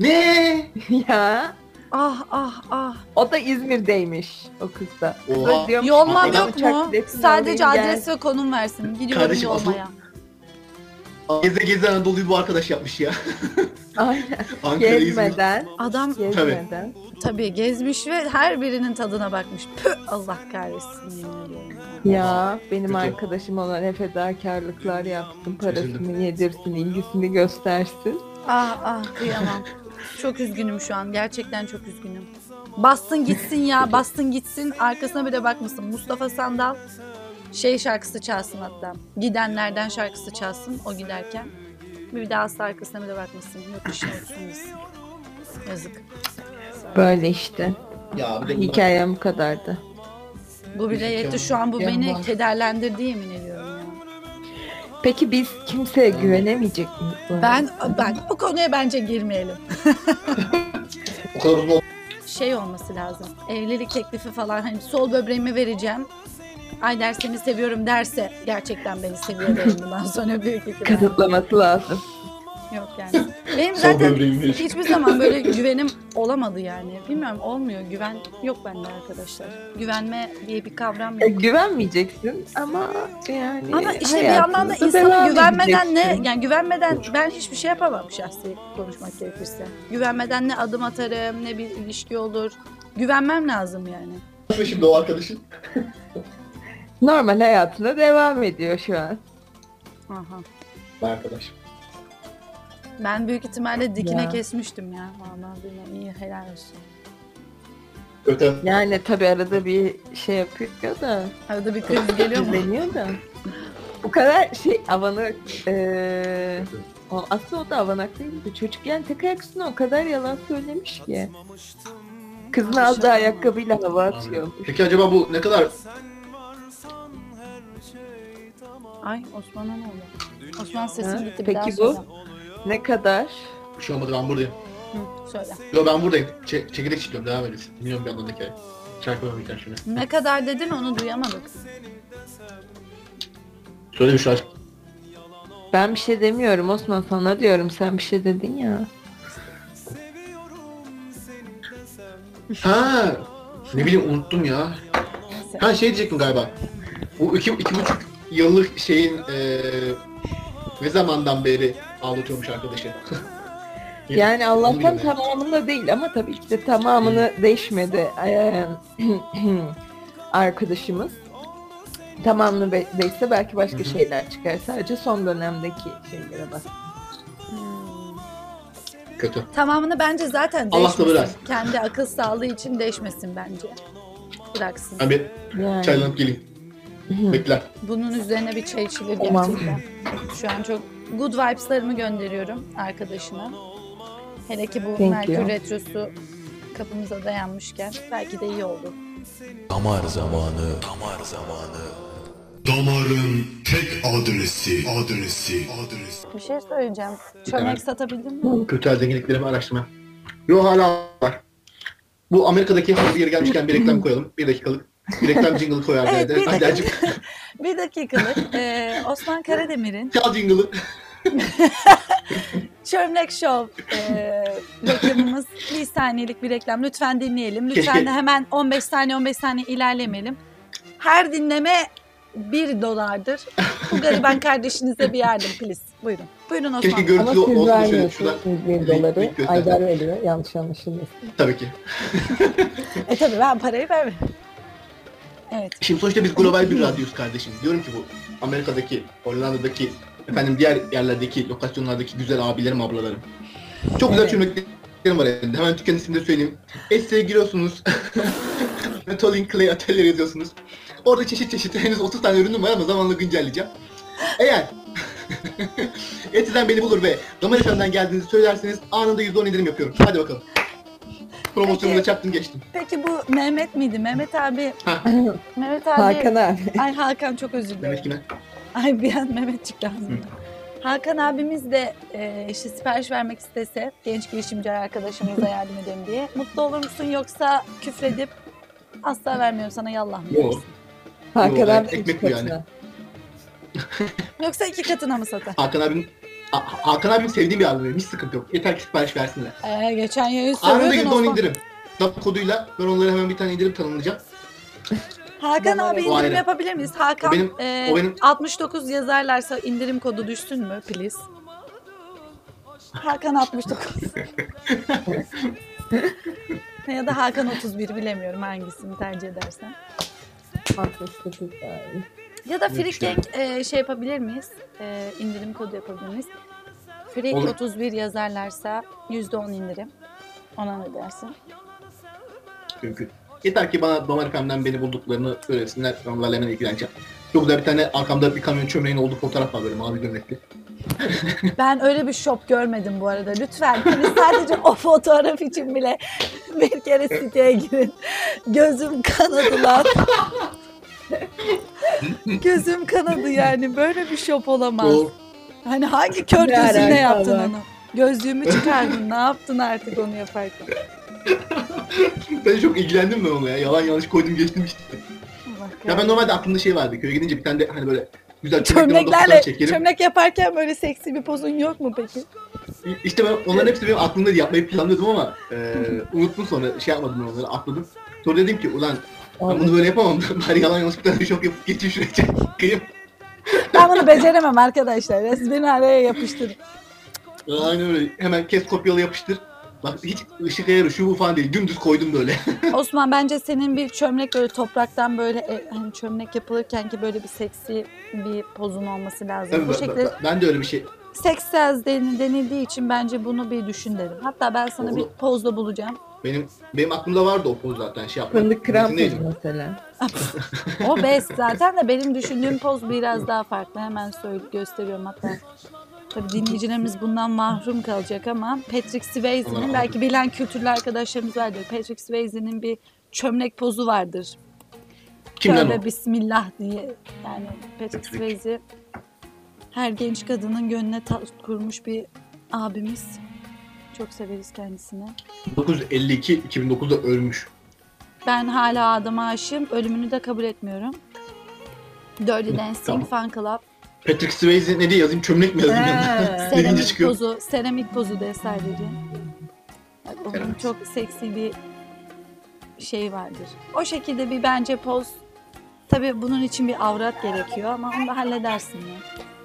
S2: Ne?
S3: ya
S1: Ah ah ah.
S3: o da İzmir'deymiş o kız da.
S2: Oha.
S3: Diyormuş,
S1: Yolma
S3: adam
S1: yok
S3: uçak
S1: mu?
S3: biletini
S1: Sadece
S3: alayım, gel.
S1: adres ve konum versin. Gidiyorum
S2: Kardeşim, asıl-
S1: yolmaya.
S2: Geze geze Anadolu'yu bu arkadaş yapmış ya.
S3: Aynen.
S2: Ankara, İzmir.
S3: Gezmeden,
S1: Adam
S3: gezmeden.
S1: tabii gezmiş ve her birinin tadına bakmış. Püh, Allah kahretsin. yemin ediyorum.
S3: Ya benim
S2: Kötü.
S3: arkadaşım ona ne fedakarlıklar yaptım.
S2: Üzüldüm.
S3: Parasını yedirsin, ilgisini göstersin.
S1: Ah ah kıyamam. çok üzgünüm şu an. Gerçekten çok üzgünüm. Bastın gitsin ya. Bastın gitsin. Arkasına bile bakmasın. Mustafa Sandal şey şarkısı çalsın hatta. Gidenlerden şarkısı çalsın o giderken. Bir daha asla arkasına bile bakmasın. Yok işine olsun gitsin. Yazık.
S3: Böyle işte.
S2: Ya bir de bunlar-
S3: Hikayem bu kadardı.
S1: Bu bile yetti. Şu an bu
S3: Yanma.
S1: beni kederlendirdi yemin ediyorum ya.
S3: Peki biz kimseye güvenemeyecek miyiz? bu arada?
S1: Ben, ben bu konuya bence girmeyelim.
S2: O kadar uzun
S1: şey olması lazım. Evlilik teklifi falan hani sol böbreğimi vereceğim. Ay dersini seviyorum derse gerçekten beni seviyor derim bundan sonra büyük ihtimal.
S3: Kanıtlaması lazım.
S1: Yok yani. Benim
S2: Sol
S1: zaten
S2: böbreğimi vereceğim.
S1: hiçbir zaman böyle güvenim olamadı yani. Bilmiyorum olmuyor. Güven yok bende arkadaşlar. Güvenme diye bir kavram
S3: E,
S1: yok.
S3: güvenmeyeceksin ama yani
S1: Ama işte bir
S3: hayatınıza
S1: yandan da
S3: E, devam
S1: insana güvenmeden ne
S3: edeceksin.
S1: yani güvenmeden ben hiçbir şey yapamam şahsi konuşmak gerekirse. Güvenmeden ne adım atarım ne bir ilişki olur. Güvenmem lazım yani.
S2: olmuş şimdi o arkadaşın.
S3: Normal hayatına devam ediyor şu an.
S1: Aha.
S2: Ben arkadaşım.
S1: Ben büyük ihtimalle dikine
S3: Ya.
S1: kesmiştim ya. Vallahi billahi iyi helal olsun.
S2: Öte
S3: Yani tabii arada bir şey yapıyor da
S1: Arada bir kriz geliyor mu?
S3: izleniyor da. Bu kadar şey avanak eee, o- aslında o da avanak değildi. Çocukken tek ayak üstüne o kadar yalan söylemiş ki. Kızın aldığı ayakkabıyla hava atıyormuş.
S2: Peki acaba bu ne kadar
S1: Ay Osman'a ne oldu? Osman sesin
S3: Ha,
S1: gitti bir
S3: peki
S1: daha
S3: bu?
S1: söyle.
S3: Ne kadar?
S2: bir şey olmadı ben buradayım.
S1: Hı, söyle.
S2: Yo ben buradayım. Çe- çekirdek çitliyorum devam edin. Dinliyorum bir yandan da hikaye. Şarkı ben biter şimdi.
S1: Ne kadar dedin onu duyamadık.
S2: Söyle bir şarkı.
S3: Ben bir şey demiyorum Osman sana diyorum sen bir şey dedin ya.
S2: Ha. Ne bileyim unuttum ya.
S1: Neyse.
S2: Ha şey diyecektim galiba. Bu iki, iki buçuk yıllık şeyin eee ne zamandan beri ağlatıyormuş arkadaşı.
S3: Yani Allah'tan
S2: bilmiyorum.
S3: tamamında değil ama tabii ki de tamamını değişmedi eee, arkadaşımız. Tamamını be- değişse belki
S2: Hı
S3: başka
S2: hı.
S3: şeyler çıkar. Sadece son dönemdeki şeylere bak.
S2: Kötü.
S1: Tamamını bence zaten
S2: Allah sabır
S1: değişmesin.
S2: versin.
S1: Kendi akıl sağlığı için değişmesin bence. Bıraksın.
S2: Ben bir
S3: Yani.
S2: çaylanıp geleyim. Bekler.
S1: Bunun üzerine bir çay içilir
S3: Tamam.
S1: gerçekten. Şu an çok good vibes'larımı gönderiyorum arkadaşına. Hele ki bu
S3: you.
S1: Merkür Retrosu kapımıza dayanmışken belki de iyi oldu.
S4: Damar zamanı. Damar zamanı.
S5: Damarın tek adresi. Adresi. Adresi.
S1: Bir şey söyleyeceğim.
S2: Evet.
S1: Çömlek satabildin mi?
S2: Kültürel zenginliklerimi araştırma. Yo hala var. Bu Amerika'daki bir yere gelmişken bir reklam koyalım. Bir dakikalık. Bir reklam jingle koyar
S1: Evet,
S2: derdi.
S1: bir
S2: Hadi
S1: dakika.
S2: azıcık
S1: Bir dakikalık. Ee, Osman Karademir'in
S2: çal jingle'ı.
S1: Çömlek Show ee, reklamımız bir saniyelik bir reklam. Lütfen dinleyelim. Lütfen
S2: Keşke-
S1: de hemen 15 saniye 15 saniye ilerlemeyelim. Her dinleme 1 dolardır. Bu gariban kardeşinize bir yardım please. Buyurun. Buyurun Osman.
S2: Keşke görüntülü
S3: Ama siz
S2: olsun da şöyle şuradan.
S3: vermiyorsunuz bin
S2: link-
S3: doları.
S2: link göster.
S3: Aydar veriyor. Yanlış anlaşılmasın.
S2: Tabii ki.
S1: E tabii ben parayı vermiyorum. Evet.
S2: Şimdi sonuçta biz global bir radyoyuz kardeşim. Diyorum ki bu Amerika'daki, Hollanda'daki, efendim diğer yerlerdeki, lokasyonlardaki güzel abilerim, ablalarım. Çok güzel çömleklerim var elinde. Hemen dükkan ismini de söyleyeyim. Etsy'ye giriyorsunuz. Metalin Clay Atelier yazıyorsunuz. Orada çeşit çeşit henüz 30 tane ürünüm var ama zamanla güncelleyeceğim. Eğer Etsy'den beni bulur ve damar efendiden geldiğinizi söylerseniz anında %10 indirim yapıyorum. Hadi bakalım. Promosyonu da
S1: Peki.
S2: çaktım geçtim.
S1: Peki bu Mehmet miydi? Mehmet abi.
S2: Ha.
S1: Mehmet abi.
S3: Hakan abi.
S1: Ay Hakan çok özür
S2: Demek
S1: dilerim.
S2: ki ne?
S1: Ay bir an Mehmet çıktı ağzımdan. Hakan abimiz de e, işte sipariş vermek istese genç girişimci arkadaşımıza yardım edelim diye. Mutlu olur musun yoksa küfredip asla vermiyorum sana yallah mı
S2: Yok.
S1: dersin?
S3: Hakan
S2: Yok,
S3: abi de
S2: ekmek
S3: iki
S2: bu yani.
S3: katına.
S1: Yoksa iki katına mı satar?
S2: Hakan abim Ha- Hakan abim sevdiğim bir abim. Hiç sıkıntı yok. Yeter ki sipariş versinler.
S1: Ee, geçen yayın
S2: Anında
S1: soruyordun
S2: yüzde on
S1: Osman.
S2: indirim. DAP koduyla ben onlara hemen bir tane indirim tanımlayacağım.
S1: Hakan
S3: Bana
S1: abi
S3: öyle.
S2: O
S1: indirim
S2: ayrı.
S1: yapabilir miyiz? Hakan
S2: O benim-
S1: e,
S2: o benim-
S1: 69 yazarlarsa indirim kodu düşsün mü please? Hakan 69. ya da Hakan 31 bilemiyorum hangisini tercih edersen.
S3: Fantastik hikaye.
S1: Ya da Freak
S2: işte.
S1: Gang, e, şey yapabilir miyiz? E, indirim kodu yapabilir miyiz? Freak
S2: Olur.
S1: 31 yazarlarsa %10 indirim. Ona ne dersin?
S2: Çünkü yeter ki bana Damar FM'den beni bulduklarını söylesinler. Ben onlarla hemen ilgileneceğim. Çok güzel bir tane arkamda bir kamyon çömleğin olduğu fotoğraf var böyle mavi gömlekli.
S1: Ben öyle bir şop görmedim bu arada. Lütfen hani sadece o fotoğraf için bile bir kere siteye girin. Gözüm kanadı lan. Gözüm kanadı yani. Böyle bir şop olamaz.
S2: Doğru.
S1: Hani hangi kör
S3: Ne
S1: gözünle
S3: alaka
S1: yaptın
S3: var?
S1: onu? Gözlüğümü çıkardın. ne yaptın artık onu yaparken?
S2: ben çok ilgilendim ben ona ya. Yalan yanlış koydum geçtim işte.
S1: Allah
S2: Ya ben normalde aklımda şey vardı. Köye gidince bir tane de hani böyle güzel çömlekli olan da
S1: Çömleklerle
S2: fotoğraf çekerim.
S1: çömlek yaparken böyle seksi bir pozun yok mu peki?
S2: İşte ben onların hepsini benim aklımda yapmayı planlıyordum ama e, unuttum sonra şey yapmadım onları atladım. Sonra dedim ki ulan ben bunu böyle yapamam. Bari yalan yanlış bir tane şok yapıp geçeyim sürece. Kıyım.
S1: Ben bunu beceremem arkadaşlar. Ya Siz beni araya yapıştırın.
S2: Ee, Aynen öyle. Hemen kes kopyala yapıştır. Bak hiç ışık ayarı şu bu falan değil. Dümdüz koydum böyle.
S1: Osman bence senin bir çömlek böyle topraktan böyle e, hani çömlek yapılırken ki böyle bir seksi bir pozun olması lazım.
S2: ben,
S1: Bu
S2: ben-
S1: şekilde
S2: ben de öyle bir şey.
S1: seks sells den- denildiği için bence bunu bir düşün dedim. Hatta ben sana bir
S2: Olur.
S1: pozda bulacağım.
S2: Benim benim aklımda vardı o poz zaten şey yapmak.
S3: Fındık krem
S2: Neydi?
S3: mesela.
S1: O best zaten de benim düşündüğüm poz biraz daha farklı. Hemen söyle gösteriyorum hatta. Tabii dinleyicilerimiz bundan mahrum kalacak ama Patrick Swayze'nin
S2: Allah
S1: belki bilen kültürlü arkadaşlarımız vardır. Patrick Swayze'nin bir çömlek pozu vardır.
S2: Kimden o?
S1: Tövbe bismillah diye. Yani Patrick Swayze her genç kadının gönlüne taht kurmuş bir abimiz. Çok severiz kendisini.
S2: 1952 2009'da ölmüş.
S1: Ben hala adama aşığım. Ölümünü de kabul etmiyorum. Dirty Dancing
S2: Tamam.
S1: Fan Club.
S2: Patrick Swayze ne diye yazayım? Çömlek mi yazayım? yanına? Birinci
S1: Seramik
S2: çıkıyor.
S1: pozu, seramik pozu de sadece. Bak onun
S2: Seramik.
S1: çok seksi bir şey vardır. O şekilde bir bence poz. Tabii bunun için bir avrat gerekiyor ama onu da halledersin ya.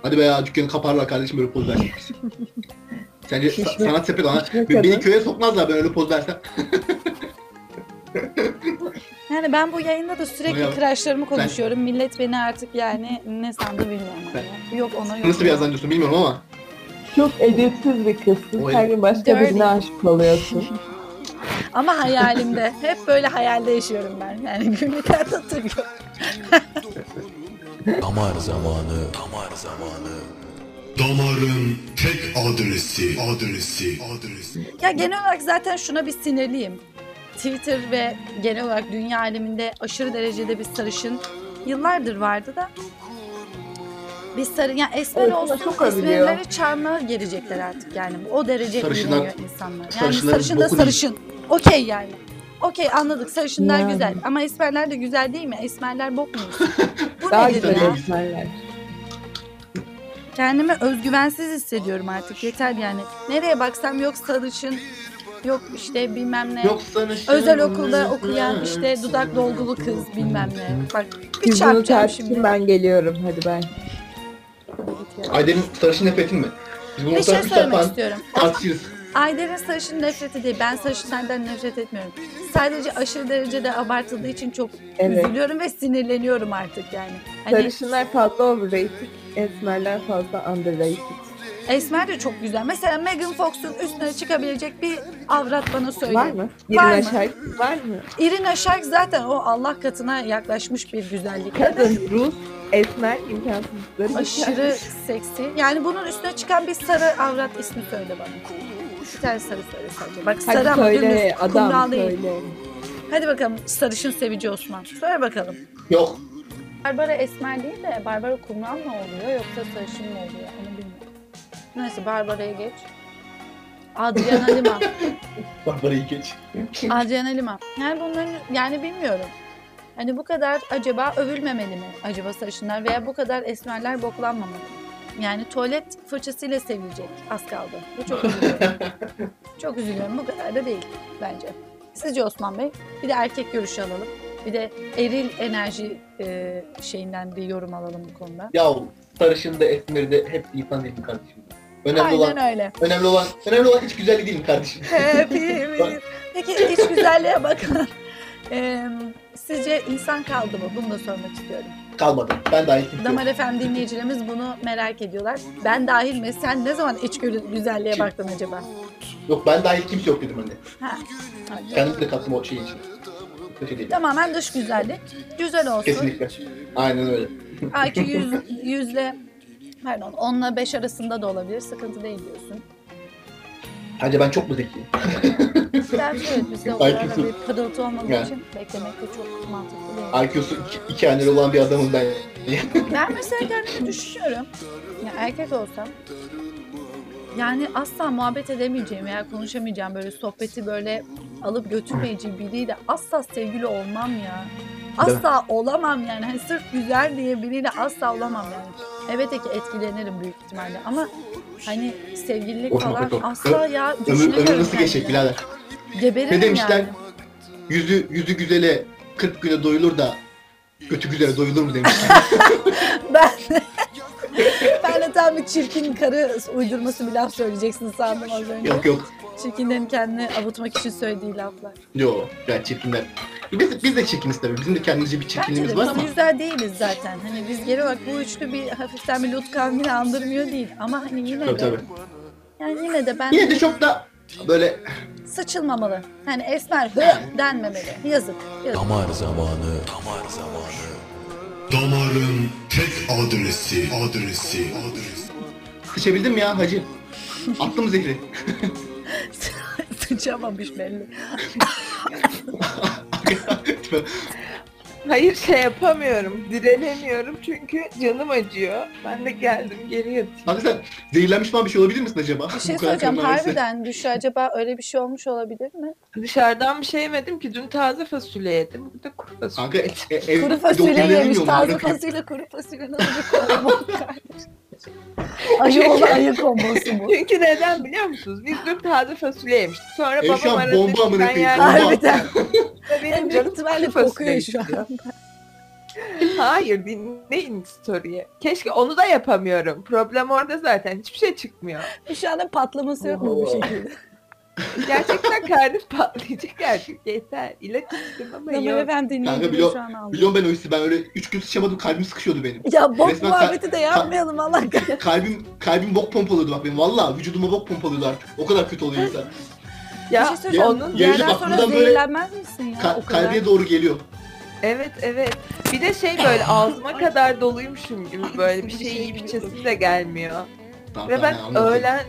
S2: Hadi be ya dükkanı kaparlar kardeşim böyle poz versen. Sence sa-
S3: Şişme-
S2: sanat sepeti ana.
S3: şişme
S2: Be- Beni
S3: kadın.
S2: köye sokmazlar ben öyle poz versem.
S1: Yani ben bu yayında da
S2: Bayağı-
S1: sürekli crushlarımı konuşuyorum. Millet beni artık yani ne sandı bilmiyorum. Yani. Yok ona yok.
S2: Nasıl bir yazdan diyorsun bilmiyorum ama.
S3: Çok edepsiz bir kızsın.
S2: O
S3: Her gün başka
S1: Dirty.
S3: birine aşık oluyorsun.
S1: Ama hayalimde. Hep böyle hayalde yaşıyorum ben. Yani günlük hayatı
S4: Damar zamanı. Damar zamanı.
S5: Damarın tek adresi, adresi, adresi.
S1: Ya genel olarak zaten şuna bir sinirliyim. Twitter ve genel olarak dünya aleminde aşırı derecede bir sarışın yıllardır vardı da bir sarı yani esmer
S3: Evet,
S1: olsun
S3: çok övülüyor.
S1: esmerlere çarmıha gelecekler artık yani o derece
S2: Sarışınlar-
S1: ilerliyor insanlar. Yani
S2: sarışınların
S1: sarışın da
S2: boku değil.
S1: sarışın. Okey yani. Okey anladık sarışınlar
S3: Yani.
S1: güzel ama esmerler de güzel değil mi? Esmerler bok mu? Bu
S3: Daha
S1: nedir
S3: güzel
S1: ya?
S3: insanlar.
S1: Kendimi özgüvensiz hissediyorum artık yeter yani. Nereye baksam yok sarışın yok işte bilmem ne.
S2: Yoksa ne-
S1: Özel okulda okuyan işte dudak dolgulu kız bilmem ne. Bak bir
S3: Biz bunu
S1: çarpacağım
S3: tartışın
S1: şimdi.
S3: ben geliyorum. Hadi ben.
S2: Ayden'in sarışın nefretin mi? Biz bunu
S1: Bir şey
S2: otobüsten
S1: söylemek
S2: falan
S1: istiyorum.
S2: Tartışırız.
S1: Ayder'in sarışın nefreti değil. Ben sarışın senden nefret etmiyorum. Sadece aşırı derecede abartıldığı için çok
S3: Evet.
S1: üzülüyorum ve sinirleniyorum artık yani. Hani
S3: Sarışınlar fazla overrated. Esmerler fazla underrated.
S1: Esmer de çok güzel. Mesela Megan Fox'un üstüne çıkabilecek bir avrat bana söyle.
S3: Var mı?
S1: Var
S3: Birine
S1: mı?
S3: şarkı var mı?
S1: Irina Shayk zaten o Allah katına yaklaşmış bir güzellik.
S3: Kadın, Rus, esmer imkansızları.
S1: Aşırı seksi. Yani bunun üstüne çıkan bir sarı avrat ismi söyle bana. Bir tane sarı söyle sadece. Bak
S3: Hadi
S1: sarı ama dümdüz,
S3: söyle
S1: kumral
S3: adam
S1: değil.
S3: söyle.
S1: Hadi bakalım sarışın sevici Osman. Söyle bakalım.
S2: Yok.
S1: Barbara esmer değil de Barbara kumral mı oluyor yoksa sarışın mı oluyor onu bilmiyorum. Neyse Barbara'ya geç. Adriana Lima.
S2: Barbara'yı geç.
S1: Adriana Lima. Yani bunların yani bilmiyorum. Hani bu kadar acaba övülmemeli mi acaba sarışınlar veya bu kadar esmerler boklanmamalı mı? Yani tuvalet fırçasıyla sevilecek az kaldı. Bu çok üzülüyorum. çok üzülüyorum. Bu kadar da değil bence. Sizce Osman Bey? Bir de erkek görüşü alalım. Bir de eril enerji e, şeyinden bir yorum alalım bu konuda.
S2: Ya sarışın da esmeri de hep insan değil mi kardeşim? Önemli olan,
S1: Aynen öyle.
S2: önemli olan, önemli olan hiç güzelliği değil mi kardeşim?
S1: Hepimiz. Peki iç güzelliğe bakalım. E, sizce insan kaldı mı? Bunu da sormak istiyorum.
S2: Kalmadı. Ben dahil kimse yok.
S1: Damar FM dinleyicilerimiz bunu merak ediyorlar. Ben dahil mi? Sen ne zaman iç gö- güzelliğe baktın acaba?
S2: Yok ben dahil kimse yok dedim anne.
S1: Ha. hadi.
S2: Kendim de kattım o şeyin için. Kötü değil.
S1: Tamamen dış güzellik. Güzel olsun.
S2: Kesinlikle. Aynen öyle.
S1: IQ 100, yüzle pardon 10 ile 5 arasında da olabilir. Sıkıntı değil diyorsun.
S2: Bence ben çok mu zekiyim?
S1: Ben evet bizde o
S2: IQ
S1: kadar da
S2: su-
S1: bir pırıltı olmadığı
S2: Yani.
S1: için beklemek de çok mantıklı değil.
S2: IQ'su iki, iki haneli olan bir adamım ben.
S1: Ben mesela kendimi düşünüyorum. Ya erkek olsam yani asla muhabbet edemeyeceğim veya konuşamayacağım böyle sohbeti böyle alıp götürmeyeceğim biriyle asla sevgili olmam ya. Asla olamam yani. Hani sırf güzel diye biriyle asla olamam yani. Evet ki etkilenirim büyük ihtimalle ama hani sevgililik
S2: Of,
S1: falan
S2: of, of.
S1: asla ya
S2: Ömür,
S1: düşünemiyorum.
S2: ömür nasıl
S1: kendimi.
S2: geçecek birader?
S1: Geberirim
S2: Ne demişler?
S1: yani.
S2: Yüzü, yüzü güzele 40 güne doyulur da götü güzele doyulur mu demişler.
S1: Ben ben de tam bir çirkin karı uydurması bir laf söyleyeceksin sandım az önce.
S2: yok yok.
S1: Çirkinlerin kendini avutmak için söylediği laflar.
S2: Yok. Yani çirkinler. Biz, biz de çirkiniz tabii. Bizim de kendimizce bir
S1: Bence
S2: çirkinliğimiz
S1: de
S2: var
S1: biz
S2: ama.
S1: güzel değiliz zaten. Hani biz geri bak bu üçlü bir hafiften bir Lut kavmini andırmıyor değil. Ama hani yine de
S2: Tabii tabii.
S1: yani yine de ben
S2: Yine de çok da böyle
S1: sıçılmamalı. Hani esmer hı denmemeli. Yazık. yazık.
S4: Damar zamanı. Damar zamanı.
S5: Damarın tek adresi, adresi, adresi.
S2: Sıçabildim mi ya hacı? Attım zehri.
S1: Sıçamamış belli.
S3: Hayır şey yapamıyorum. Direnemiyorum çünkü canım acıyor. Ben de geldim geri yatayım.
S2: Abi sen zehirlenmiş falan bir şey olabilir misin acaba?
S1: Bir şey
S2: Bu kadar
S1: söyleyeceğim.
S2: kırılma verse.
S1: Harbiden Büşra acaba öyle bir şey olmuş olabilir mi?
S3: Dışarıdan bir şey yemedim ki dün taze fasulye yedim. Bir de kuru fasulye
S2: Kanka
S3: yedim.
S2: e, ev,
S1: Kuru fasulye
S2: doktorları
S1: yemiş.
S2: yemiyorlar.
S1: Taze fasulye kuru fasulye nasıl bir kombo kardeşim? Ayı oğlu ayı kombosu bu.
S3: Çünkü neden biliyor musunuz? Biz dün taze fasulye yemiştik. Sonra
S2: E, şu
S3: babam
S2: an
S3: aradı.
S2: bomba amına
S3: "Sen
S2: koyayım,
S3: yer misin?"
S1: Harbiden. En
S3: Benim
S1: büyük
S3: canım
S1: ihtimalle
S3: kuru fasulye
S1: kokuyor şu
S3: istiyor.
S1: an.
S3: Hayır dinleyin story'e. Keşke onu da yapamıyorum. Problem orada zaten. Hiçbir şey çıkmıyor.
S1: Büşra'nın patlaması yok mu bu şekilde?
S3: Gerçekten karnım patlayacak artık. Yeter. İlaç içtim ama
S1: Damar
S3: yok.
S1: efendim
S2: Kanka
S1: niyetini
S2: blo-
S1: şu an aldım.
S2: Biliyorum ben o hissi. Ben öyle 3 gün sıçamadım kalbim sıkışıyordu benim.
S1: Ya bok
S2: Resmen
S1: muhabbeti de yapmayalım Allah kahretsin.
S2: Kalbim kalbim bok pompalıyordu bak benim. Valla vücuduma bok pompalıyordu artık. O kadar kötü oluyor insan.
S1: Bir
S3: Ya
S1: şey söyleyeceğim.
S3: onun
S1: Bir yerden
S2: Yayına bak,
S1: sonra
S2: buradan böyle
S1: zehirlenmez misin ya?
S2: Ka-
S1: o kadar.
S2: kalbine doğru geliyor.
S3: Evet evet. Bir de şey böyle ağzıma kadar doluymuşum gibi böyle bir şey yiyip içesim de gelmiyor.
S2: Tamam,
S3: Ve
S2: tamam,
S3: ben
S2: anladım.
S3: öğlen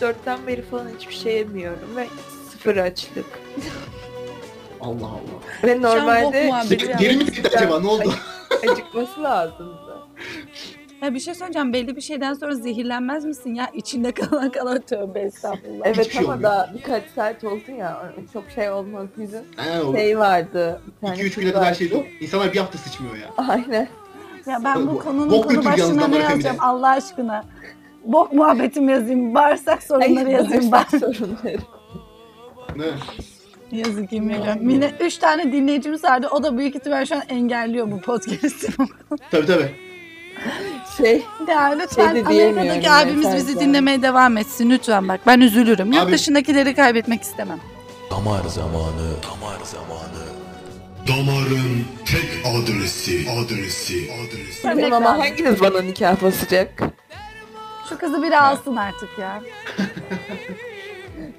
S3: 3-4'ten beri falan hiçbir şey yemiyorum ve sıfır açlık.
S2: Allah Allah.
S3: Ve
S1: bok
S3: normalde
S1: muhabbeti
S3: acık-
S1: ya.
S2: Geri mi gitti acaba ne oldu?
S3: acıkması lazımdı.
S1: Ya bir şey söyleyeceğim. Belli bir şeyden sonra zehirlenmez misin ya? İçinde kalan kalan tövbe estağfurullah.
S3: Evet
S2: Hiçbir şey
S3: ama
S2: olmuyor.
S3: daha birkaç saat oldu ya çok şey olmaz. Bizim
S2: Aynen oldu.
S3: şey vardı. Bir tane
S2: 2-3
S3: kız
S2: güne kadar
S3: vardı.
S2: şey yok. İnsanlar bir hafta sıçmıyor ya.
S3: Aynen.
S1: Ya ben bu
S2: Bok
S1: konunun
S2: bok
S1: konu
S2: kültürü yalnız
S1: başlığına
S2: lan
S1: ne
S2: bırakın bir
S1: yazacağım
S2: de.
S1: Allah aşkına? Bok muhabbetim yazayım, bağırsak sorunları yazayım.
S3: bağırsak
S1: Ben.
S3: sorunları.
S2: Ne?
S1: Yazık yemin ediyorum. Yine üç tane dinleyicimiz vardı. O da büyük ihtimal şu an engelliyor bu podcast'i.
S2: Tabii tabii.
S3: Şey
S1: ya lütfen
S3: Şey de diyemiyorum
S1: Amerika'daki
S3: ya,
S1: abimiz bizi
S3: sen-
S1: dinlemeye devam etsin. Lütfen bak ben üzülürüm. Yurt
S2: Abi-
S1: dışındakileri kaybetmek istemem.
S4: Damar zamanı. Damar zamanı.
S5: Damarın tek adresi, adresi, adresi.
S1: Örnek
S3: Benim ama
S1: verdim.
S3: hanginiz bana nikah basacak?
S1: Şu kızı biri alsın artık ya.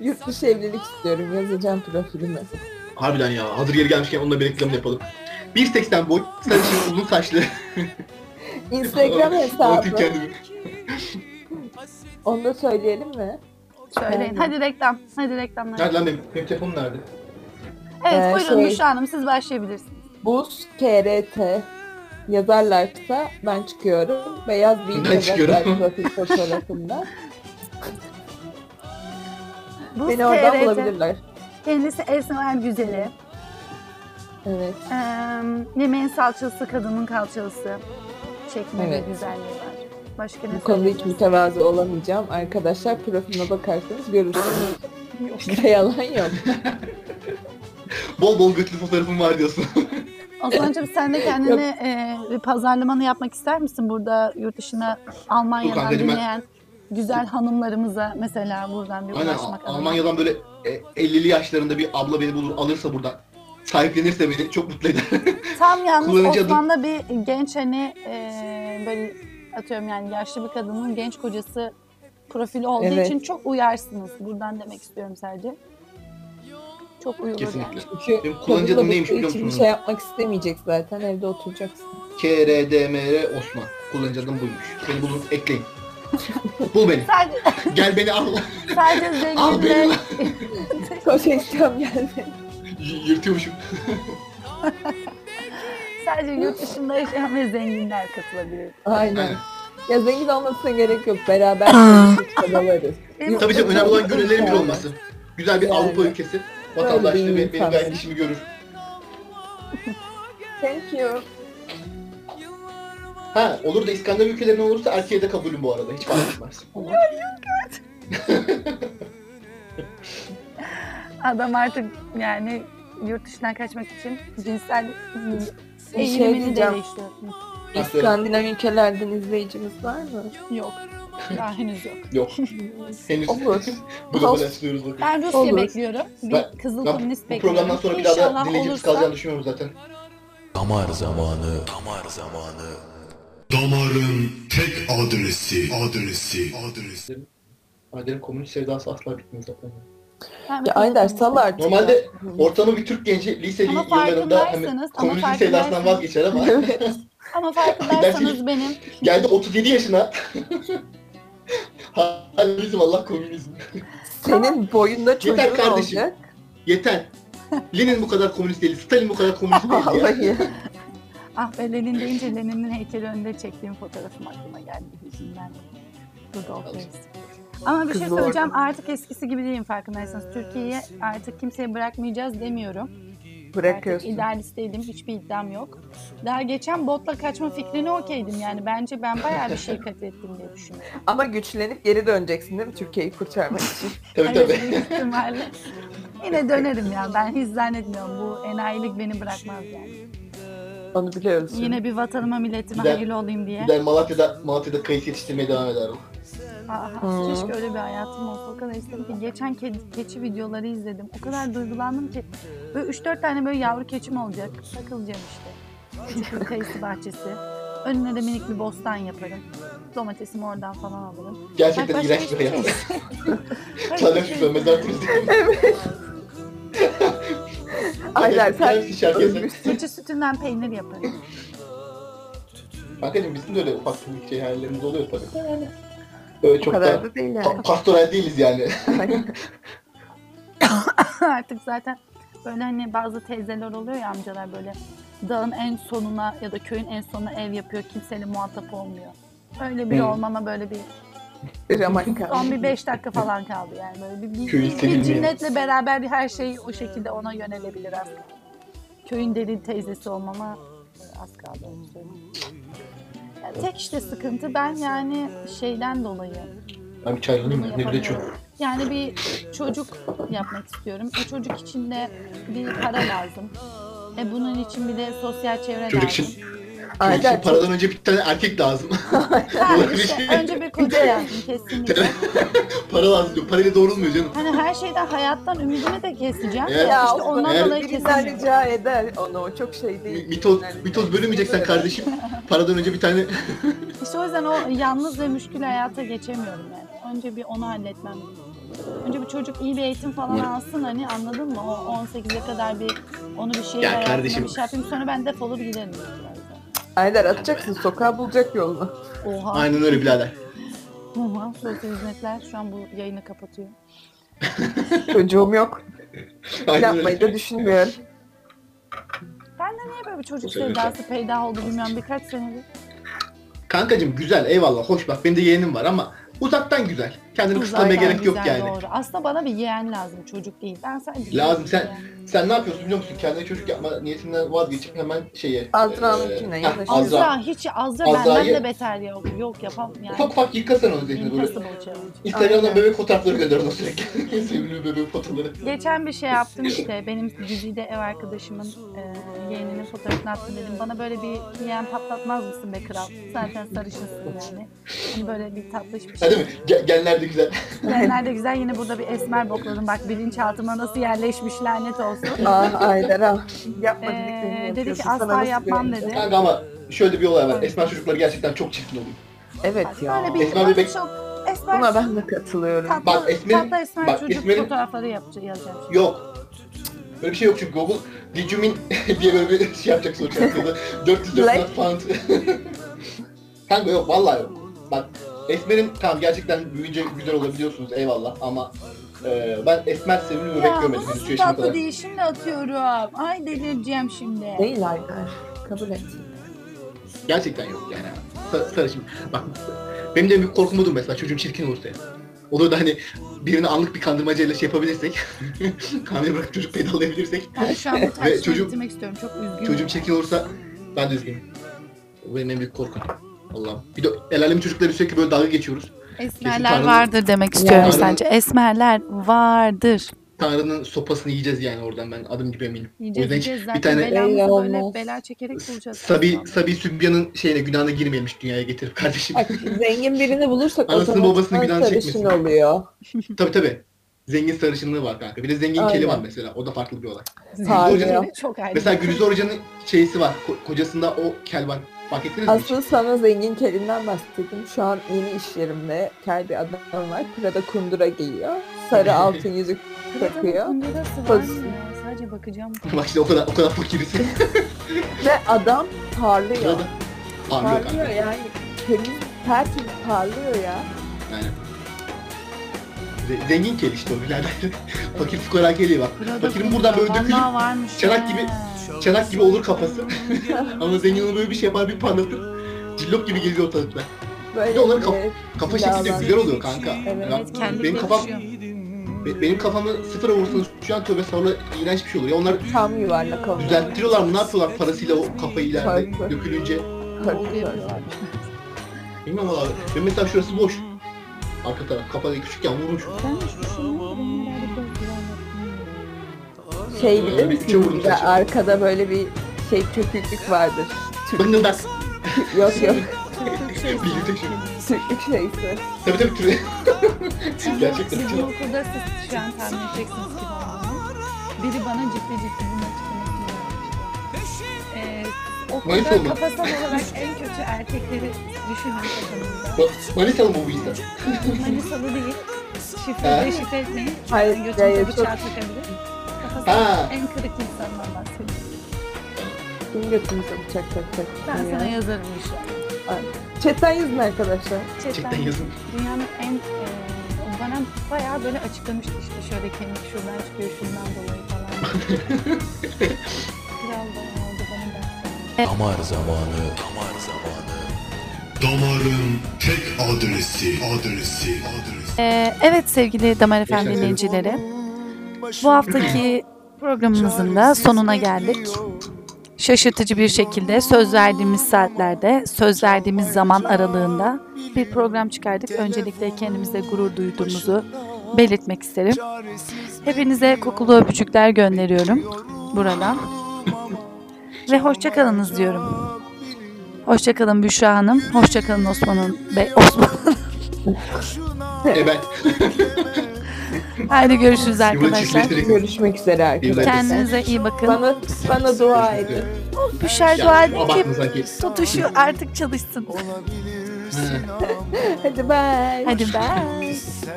S3: Yurt dışı evlilik istiyorum. Yazacağım profilime.
S2: Harbiden ya. Hazır yeri gelmişken onunla bir reklam yapalım. 1.80 boy, sarışın, uzun saçlı.
S3: Instagram hesabı.
S2: Anlatayım kendimi.
S3: Onu da söyleyelim mi?
S1: Söyleyin.
S3: Aynen.
S1: Hadi reklam. Hadi reklamlar.
S2: Nerede lan benim? Benim telefonum nerede?
S1: Evet
S3: Ee,
S1: buyurun
S3: şey-
S1: Büşra Hanım siz başlayabilirsiniz.
S3: Buz KRT yazarlarsa ben çıkıyorum. Beyaz bir
S2: Ben çıkıyorum.
S3: profil fotoğrafımda.
S1: Bu
S3: Beni oradan
S1: TRT,
S3: bulabilirler.
S1: Kendisi esmer güzeli.
S3: Evet.
S1: Ee, yemeğin salçalısı, kadının kalçalısı. Çekme
S3: Evet.
S1: ve güzelliği var. Başka ne
S3: Bu konuda hiç
S1: söyleyeceğim?
S3: mütevazı olamayacağım. Arkadaşlar profiline bakarsanız görürsünüz. Bizde yalan yok.
S2: Bol bol götlü fotoğrafım var diyorsun.
S1: Ozan'cığım sen de kendini e, bir pazarlamanı yapmak ister misin? Burada yurt dışına
S2: Yok
S1: Almanya'dan
S2: kankacığım, ben-
S1: dinleyen güzel hanımlarımıza mesela buradan bir
S2: Aynen
S1: ulaşmak
S2: Al-
S1: adına.
S2: Almanya'dan böyle e, 50'li yaşlarında bir abla beni bulur alırsa buradan sahiplenirse beni çok mutlu eder.
S1: Tam yalnız
S2: Kullanıcı adı-
S1: Osman'da bir genç hani e, böyle atıyorum yani yaşlı bir kadının genç kocası profili olduğu
S3: Evet.
S1: için çok uyarsınız. Buradan demek istiyorum sadece. Çok uyulur
S2: Kesinlikle.
S3: Çünkü
S2: Benim kullanıcı adım
S3: kadınla
S2: neymiş
S3: buluştuğu
S2: biliyor
S3: için bir
S2: musunuz?
S3: şey yapmak istemeyecek zaten. Evde oturacaksın.
S2: KRDMR Osman. Kullanıcı adım buymuş. Beni bulun ekleyin. Bul beni.
S1: Sadece,
S2: Gel beni al.
S1: sadece
S2: al beni.
S1: zenginle
S3: Koşa istiyorum geldi.
S2: Y- Yırtıyormuşum.
S1: sadece yurt dışında yaşayan ve zenginler katılabilir.
S3: Aynen.
S2: Aynen.
S3: Ya zengin olmasına gerek yok. Beraber çalışıp çabalarız.
S1: Benim-
S2: Tabii canım önemli olan gönüllerin bir olması. Güzel bir
S3: Yani.
S2: Avrupa ülkesi. Vatandaşlığı
S3: Öyle
S2: benim,
S3: bir
S2: benim
S3: insan.
S2: gayet işimi görür.
S3: Thank you.
S2: Ha olur da İskandinav ülkelerine olursa erkeğe de kabulüm bu arada. Hiç fark etmez.
S1: Adam artık yani yurt dışından kaçmak için cinsel
S3: Bir şey
S1: eğilimini de
S3: diyeceğim.
S1: değiştiriyor.
S3: İskandinav ülkelerden izleyicimiz var mı?
S1: Yok. Daha henüz yok.
S2: Yok. Henüz.
S3: Olur.
S2: Bu da böyle sürüyoruz bakalım.
S1: Ben Rusya
S3: Olur.
S1: bekliyorum. Bir
S2: Ben-
S1: kızıl
S2: Ben
S1: komünist
S2: bu
S1: bekliyorum.
S2: programdan sonra bir daha da
S1: İnşallah
S2: dinleyicimiz
S1: şey olursa-
S2: kalacağını düşünmüyorum zaten.
S4: Damar zamanı. Damar zamanı.
S5: Damarın tek adresi, adresi, adresi.
S2: Adem'in komünist sevdası asla bitmiyor zaten.
S1: Ben
S3: Ya
S1: mesela-
S3: Aydar sal artık.
S2: Normalde ortalama bir Türk genci lise
S1: Ama
S2: yıllarında hani
S1: farkındaysanız- ama
S2: komünist sevdasından
S1: farkındaysanız-
S2: vazgeçer ama
S1: Ama farkındaysanız benim
S2: geldi 37 yaşına Komünizm Allah komünizm.
S3: Senin boyunda çocuğun
S2: Yeter kardeşim.
S3: olacak.
S2: Yeter. Lenin bu kadar komünist değil. Stalin bu kadar komünist değil ya.
S3: Vallahi.
S1: Ah be Lenin deyince Lenin'in heykeli önünde çektiğim fotoğrafım aklıma geldi yüzünden. Rudolf Reis. Ama bir şey
S3: Kızıl
S1: söyleyeceğim artık eskisi gibi değilim farkındaysanız. Türkiye'yi artık kimseye bırakmayacağız demiyorum. Artık
S3: Bırakıyorsun.
S1: idealist değilim hiçbir iddiam yok. Daha geçen botla kaçma fikrine okeydim yani. Bence ben bayağı bir şey kat ettim diye düşünüyorum.
S3: Ama güçlenip geri döneceksin değil mi Türkiye'yi kurtarmak için?
S2: Tabii tabii.
S1: Hayır, Hani büyük ihtimalle. Yine dönerim ya ben hiç zannetmiyorum bu enayilik beni bırakmaz yani.
S3: Onu biliyoruz. şimdi.
S1: Yine bir vatanıma milletime
S2: Güzel.
S1: hayırlı olayım diye.
S2: Gider Malatya'da, Malatya'da kayısı yetiştirmeye devam ederim.
S1: Aa,
S3: Hı.
S1: keşke öyle bir hayatım olsa. O kadar istedim ki. Geçen kedi, keçi videoları izledim. O kadar duygulandım ki. Böyle 3-4 tane böyle yavru keçim olacak. Takılacağım işte. Küçük bir kayısı bahçesi. Önüne de minik bir bostan yaparım. Domatesimi oradan falan alırım.
S2: Gerçekten
S1: başka
S2: iğrenç bir
S1: hiçbir şey
S2: hayat.
S1: Hayır,
S2: Sadece
S1: hiçbir
S2: şu
S1: şey-
S2: mezar turizmi.
S3: Aylar sen
S2: Gerçi şey şarkı yazar.
S3: ölmüşsün.
S1: Keçi sütünden peynir yaparım.
S2: Kankacığım bizim de öyle ufak bir şey hayallerimiz oluyor tabii. de Yani. Öyle
S3: O
S2: çok da
S3: kadar da değil
S2: pa-
S3: yani.
S2: pastoral değiliz yani.
S1: Artık zaten böyle hani bazı teyzeler oluyor ya amcalar böyle dağın en sonuna ya da köyün en sonuna ev yapıyor. Kimseyle muhatap olmuyor. Öyle bir
S2: Hı.
S1: olmama böyle bir
S3: Bir ramak kaldı.
S1: Son bir 5 dakika falan kaldı yani böyle bir, bir,
S2: Köyü
S1: bir- bir
S2: sevilmeyen.
S1: cinnetle beraber bir her şey o şekilde ona yönelebilir aslında. Köyün deli teyzesi olmama e, az kaldı onu söyleyeyim. Ya tek işte sıkıntı ben yani şeyden dolayı
S2: Ben bir çay alayım
S1: bunu
S2: mı? Ne bile çok.
S1: yapamıyorum. Yani bir çocuk yapmak istiyorum. O çocuk için de bir para lazım. E bunun için bir de sosyal çevre lazım.
S2: Çocuk için- Çocuk için
S3: Aylar çok
S2: paradan önce bir tane erkek lazım.
S1: Ha, işte önce bir koca lazım kesinlikle.
S2: Para lazım diyor. Parayla doğrulmuyor canım.
S1: Hani her şeyden hayattan ümidimi de keseceğim.
S2: Evet.
S1: Ya,
S3: Ya
S1: işte
S3: o
S1: ondan
S2: evet.
S1: dolayı
S3: Birinden
S1: kesemiyorum.
S3: rica eder onu. O çok şey
S2: Mi-
S3: değil.
S2: Mitoz,
S3: Yani-
S2: mitoz bölünmeyeceksen kardeşim. Paradan önce bir tane
S1: İşte o yüzden o yalnız ve müşkül hayata geçemiyorum yani. Önce bir onu halletmem lazım. Önce bir çocuk iyi bir eğitim falan alsın hani anladın mı? O 18'e kadar bir onu bir şey
S2: Ya
S1: hayatına
S2: kardeşim.
S1: bir şey yapayım sonra ben defolup giderim.
S3: Aylar atacaksın sokağa bulacak yolunu.
S1: Oha.
S2: aynen öyle birader.
S1: Oha. Sosyal hizmetler şu an bu yayını kapatıyor.
S3: Çocuğum yok.
S2: Aynen
S3: Yapmayı da
S2: öyle.
S3: düşünmüyorum.
S1: Niye böyle bir çocuk
S2: Sosyal
S1: sevdası peyda oldu bilmiyorum birkaç senedir.
S2: Kankacım güzel eyvallah hoş bak benim de yeğenim var ama uzaktan güzel. Kendini kısıtlamaya
S1: Uzaydan
S2: gerek yok
S1: güzel,
S2: yani.
S1: Doğru. Aslında bana bir yeğen lazım çocuk değil. Ben sadece
S2: Lazım, sen- Sen ne yapıyorsun biliyor musun? Kendine çocuk yapma niyetinden vazgeçip hemen şeye...
S3: Azra'nınkine
S2: eee,
S3: yanaşıyor.
S2: heh,
S1: Azra,
S2: Azra.
S1: hiç Azra
S2: Azra'yı-
S1: benden de beter ya. Yok yapam yani.
S2: Ufak ufak yıkasana onu zihnini böyle.
S1: Impossible challenge.
S2: Instagram'dan
S3: Aynen.
S2: bebek fotoğrafları gönder ona sürekli. Sevimli bebek fotoğrafları.
S1: Geçen bir şey yaptım işte. Benim dizide ev arkadaşımın e, yeğeninin fotoğrafını attım dedim. Bana böyle bir yeğen patlatmaz mısın be kral? Zaten sarışınsın yani. Hani böyle bir tatlış bir
S2: Ha değil
S1: şey.
S2: mi? Ge- genler de güzel.
S1: Ben nerede güzel yine burada bir esmer bokladım. Bak bilinçaltıma nasıl yerleşmiş lanet olsun.
S3: Aa Aylar al. Yapma dediklerini
S1: Ee,
S3: yapıyorsun.
S1: dedi ki
S3: Sana
S1: asla
S3: nasıl
S1: yapmam
S3: güveneceğim?
S1: dedi.
S2: Kanka ama şöyle bir olay var. Esmer çocuklar gerçekten çok çirkin oluyor.
S3: Evet
S1: Bak,
S3: ya.
S1: Böyle bir
S2: Esmer bebek-
S1: çok esmer
S3: Buna ben de katılıyorum.
S1: tatlı,
S2: Bak, Esmer'in-
S1: tatlı esmer
S2: bak,
S1: çocuk
S2: Esmer'in-
S1: fotoğrafları yapacağım yazacağım. şimdi.
S2: Yok. Böyle bir şey yok çünkü Google Did you mean diye böyle bir şey yapacak sonuç ortada. 404
S3: Like.
S2: pound. Kanka yok vallahi yok. Bak Esmer'in tamam gerçekten büyüyünce güzel olabiliyorsunuz eyvallah ama e, ben Esmer sevimli bebek
S1: Ya bu
S2: görmedim henüz şu
S1: nasıl
S2: yaşıma
S1: tatlı
S2: kadar.
S1: değil şimdi atıyorum. Ay delireceğim şimdi.
S3: Değil Aylar. Kabul et.
S2: Gerçekten yok yani. Sa- Sarışın. Bak benim de en büyük korkum budur mesela çocuğum çirkin olursa. Olur da hani birini anlık bir kandırmacayla şey yapabilirsek, hamile bırakıp çocuk pedalayabilirsek,
S1: Ben şu an bu
S2: Ve
S1: tartışmayı
S2: çocuğum-
S1: bitirmek istiyorum. Çok üzgünüm.
S2: çocuğum çirkin olursa ben de üzgünüm. O benim en büyük korkum. Allah'ım. Bir de el alemin çocukları sürekli böyle dalga geçiyoruz. Kesin
S1: Esmerler
S2: Tanrı'nın-
S1: vardır demek istiyorum
S2: Yani-
S1: sadece. Esmerler vardır.
S2: Tanrı'nın sopasını yiyeceğiz yani oradan ben adım gibi eminim.
S1: Yiyeceğiz
S2: O yüzden hiç-
S1: yiyeceğiz
S2: bir
S1: zaten
S2: tane
S1: belamızı böyle
S3: Eyvallah.
S1: bela çekerek bulacağız.
S2: Sabi, Sabi Sübyan'ın şeyine günahına girmemiş dünyaya getirip kardeşim.
S3: Bak zengin birini bulursak
S2: Anasını babasını
S3: otomatikman
S2: günahını
S3: sarışın
S2: çekmesin.
S3: oluyor.
S2: tabii tabii. Zengin sarışınlığı var kanka. Bir de zengin
S3: Aynen.
S2: keli var mesela. O da farklı bir olay.
S3: Harbi.
S1: Yine Çok ayrı.
S2: Mesela Gülüzar Hoca'nın şeysi var. ko- kocasında o kel var. Fark ettiniz mi? hiç?
S3: Asıl sana zengin kelinden bahsettim. Şu an yeni iş yerimde kel bir adam var. Prada kundura giyiyor. Sarı altın yüzük takıyor.
S1: Kundurası var
S3: Poz-
S1: mı ya? Sadece bakacağım.
S2: Bak işte o kadar o kadar fakiriz.
S3: Ve adam parlıyor.
S2: Arıyor kanka.
S3: Parlıyor yani. Temiz, tertemiz parlıyor ya.
S2: Yani Ze- Zengin kel işte o birader. Fakir fukara geliyor bak. Fakirin buradan böyle dökülür.
S1: Vallahi varmış.
S2: çanak
S1: he.
S2: gibi- Çanak gibi olur kafası. Ama zengin ona böyle bir şey yapar bir parlatır. Cillop gibi geziyor ortalıkta.
S3: Böyle
S2: de onların kaf-
S3: evet,
S2: Kafa şekli de
S3: silahlar.
S2: güzel oluyor kanka.
S3: Evet,
S2: Ben-
S1: kendi
S2: benim kafam
S1: konuşuyor.
S2: be- benim kafamı sıfıra vursanız şu an tövbe sonra iğrenç bir şey olur. Ya onlar
S3: Tam yuvarlak oldu.
S2: düzelttiriyorlar mı ne yapıyorlar parasıyla o kafayı ileride
S3: Tabii.
S2: dökülünce.
S3: Korkuyorlar.
S2: Bilmiyorum valla. Benim mesela şurası boş. Arka taraf kafada küçükken vurmuş.
S1: Ben şu şunu benim herhalde biraz güvenli.
S3: Şey bilir
S2: Bir üçe vurdum
S3: misiniz? Bir de
S2: saçı.
S3: arkada böyle bir şey köpüklük vardır. Türk,
S2: Bıngıldak.
S3: yok yok.
S2: Bildik şimdi.
S3: Türklük şeysi.
S2: Tabii tabii türü. Gerçekten
S1: Sizin
S2: çok.
S1: okulda siz şu an tahmin edeceksiniz ki olduğunu. Biri bana ciddi ciddi bunu açıklamasını yapmıştı. Ee,
S2: Mayıs
S1: okulda
S2: oldu.
S1: kafasal olarak en kötü erkekleri düşünün kafamızda.
S2: Manisalı bu bu insan.
S1: Manisalı değil.
S2: Ha?
S1: Şifreyi şifre etmeyin.
S3: Hayır,
S1: Yani
S3: hayır,
S1: Götünüze bıçağı
S3: çok-
S1: takabilir.
S2: Ha. Ah,
S1: Kafasal en kırık insandan bahsediyorum.
S3: Kim götürmüş o bıçak tak tak.
S1: Ben
S3: Ya.
S1: sana yazarım inşallah.
S3: Chatten yazın arkadaşlar.
S2: Gerçekten
S1: Chatten
S2: yazın.
S1: dünyanın en e, o bana bayağı böyle açıklamıştı işte şöyle kemik şuradan çıkıyor şundan dolayı falan. Kral bayağı oldu bana da.
S4: Damar zamanı. Damar zamanı.
S5: Damarın tek adresi, adresi, adresi.
S8: Ee, evet sevgili Damar Efendi
S2: Teşekkür
S8: dinleyicileri. Bu haftaki programımızın da sonuna geldik. Şaşırtıcı bir şekilde söz verdiğimiz saatlerde, söz verdiğimiz zaman aralığında bir program çıkardık. Öncelikle kendimize gurur duyduğumuzu belirtmek isterim. Hepinize kokulu öpücükler gönderiyorum buradan. Ve hoşça kalınız diyorum. Hoşça kalın Büşra Hanım, hoşça kalın Osman Hanım- Bey, Osman.
S2: E ben.
S8: Haydi görüşürüz
S2: Yuva
S8: arkadaşlar.
S2: çiftleştirerek.
S3: Görüşmek üzere arkadaşlar.
S8: Kendinize iyi bakın.
S3: Bana, bana dua
S2: É.
S3: edin.
S8: Büşer dua edin ki
S2: Abartma sanki.
S8: tutuşu artık çalışsın.
S2: Ha.
S3: Hadi bye.
S8: Hadi bye.
S2: See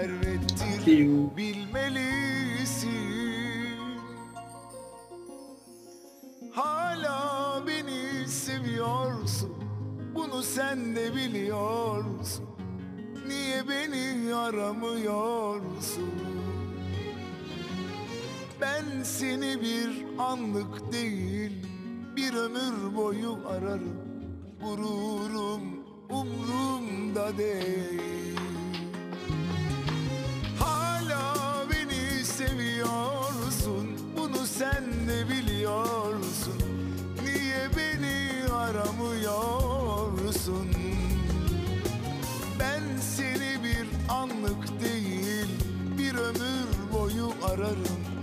S2: you.
S9: bilmelisin Hala beni seviyorsun Bunu sen de biliyorsun Niye beni aramıyorsun Ben seni bir anlık değil Bir ömür boyu ararım Gururum umrumda değil Hala beni seviyorsun Bunu sen de biliyorsun Niye beni aramıyorsun Ben seni bir anlık değil Bir ömür boyu ararım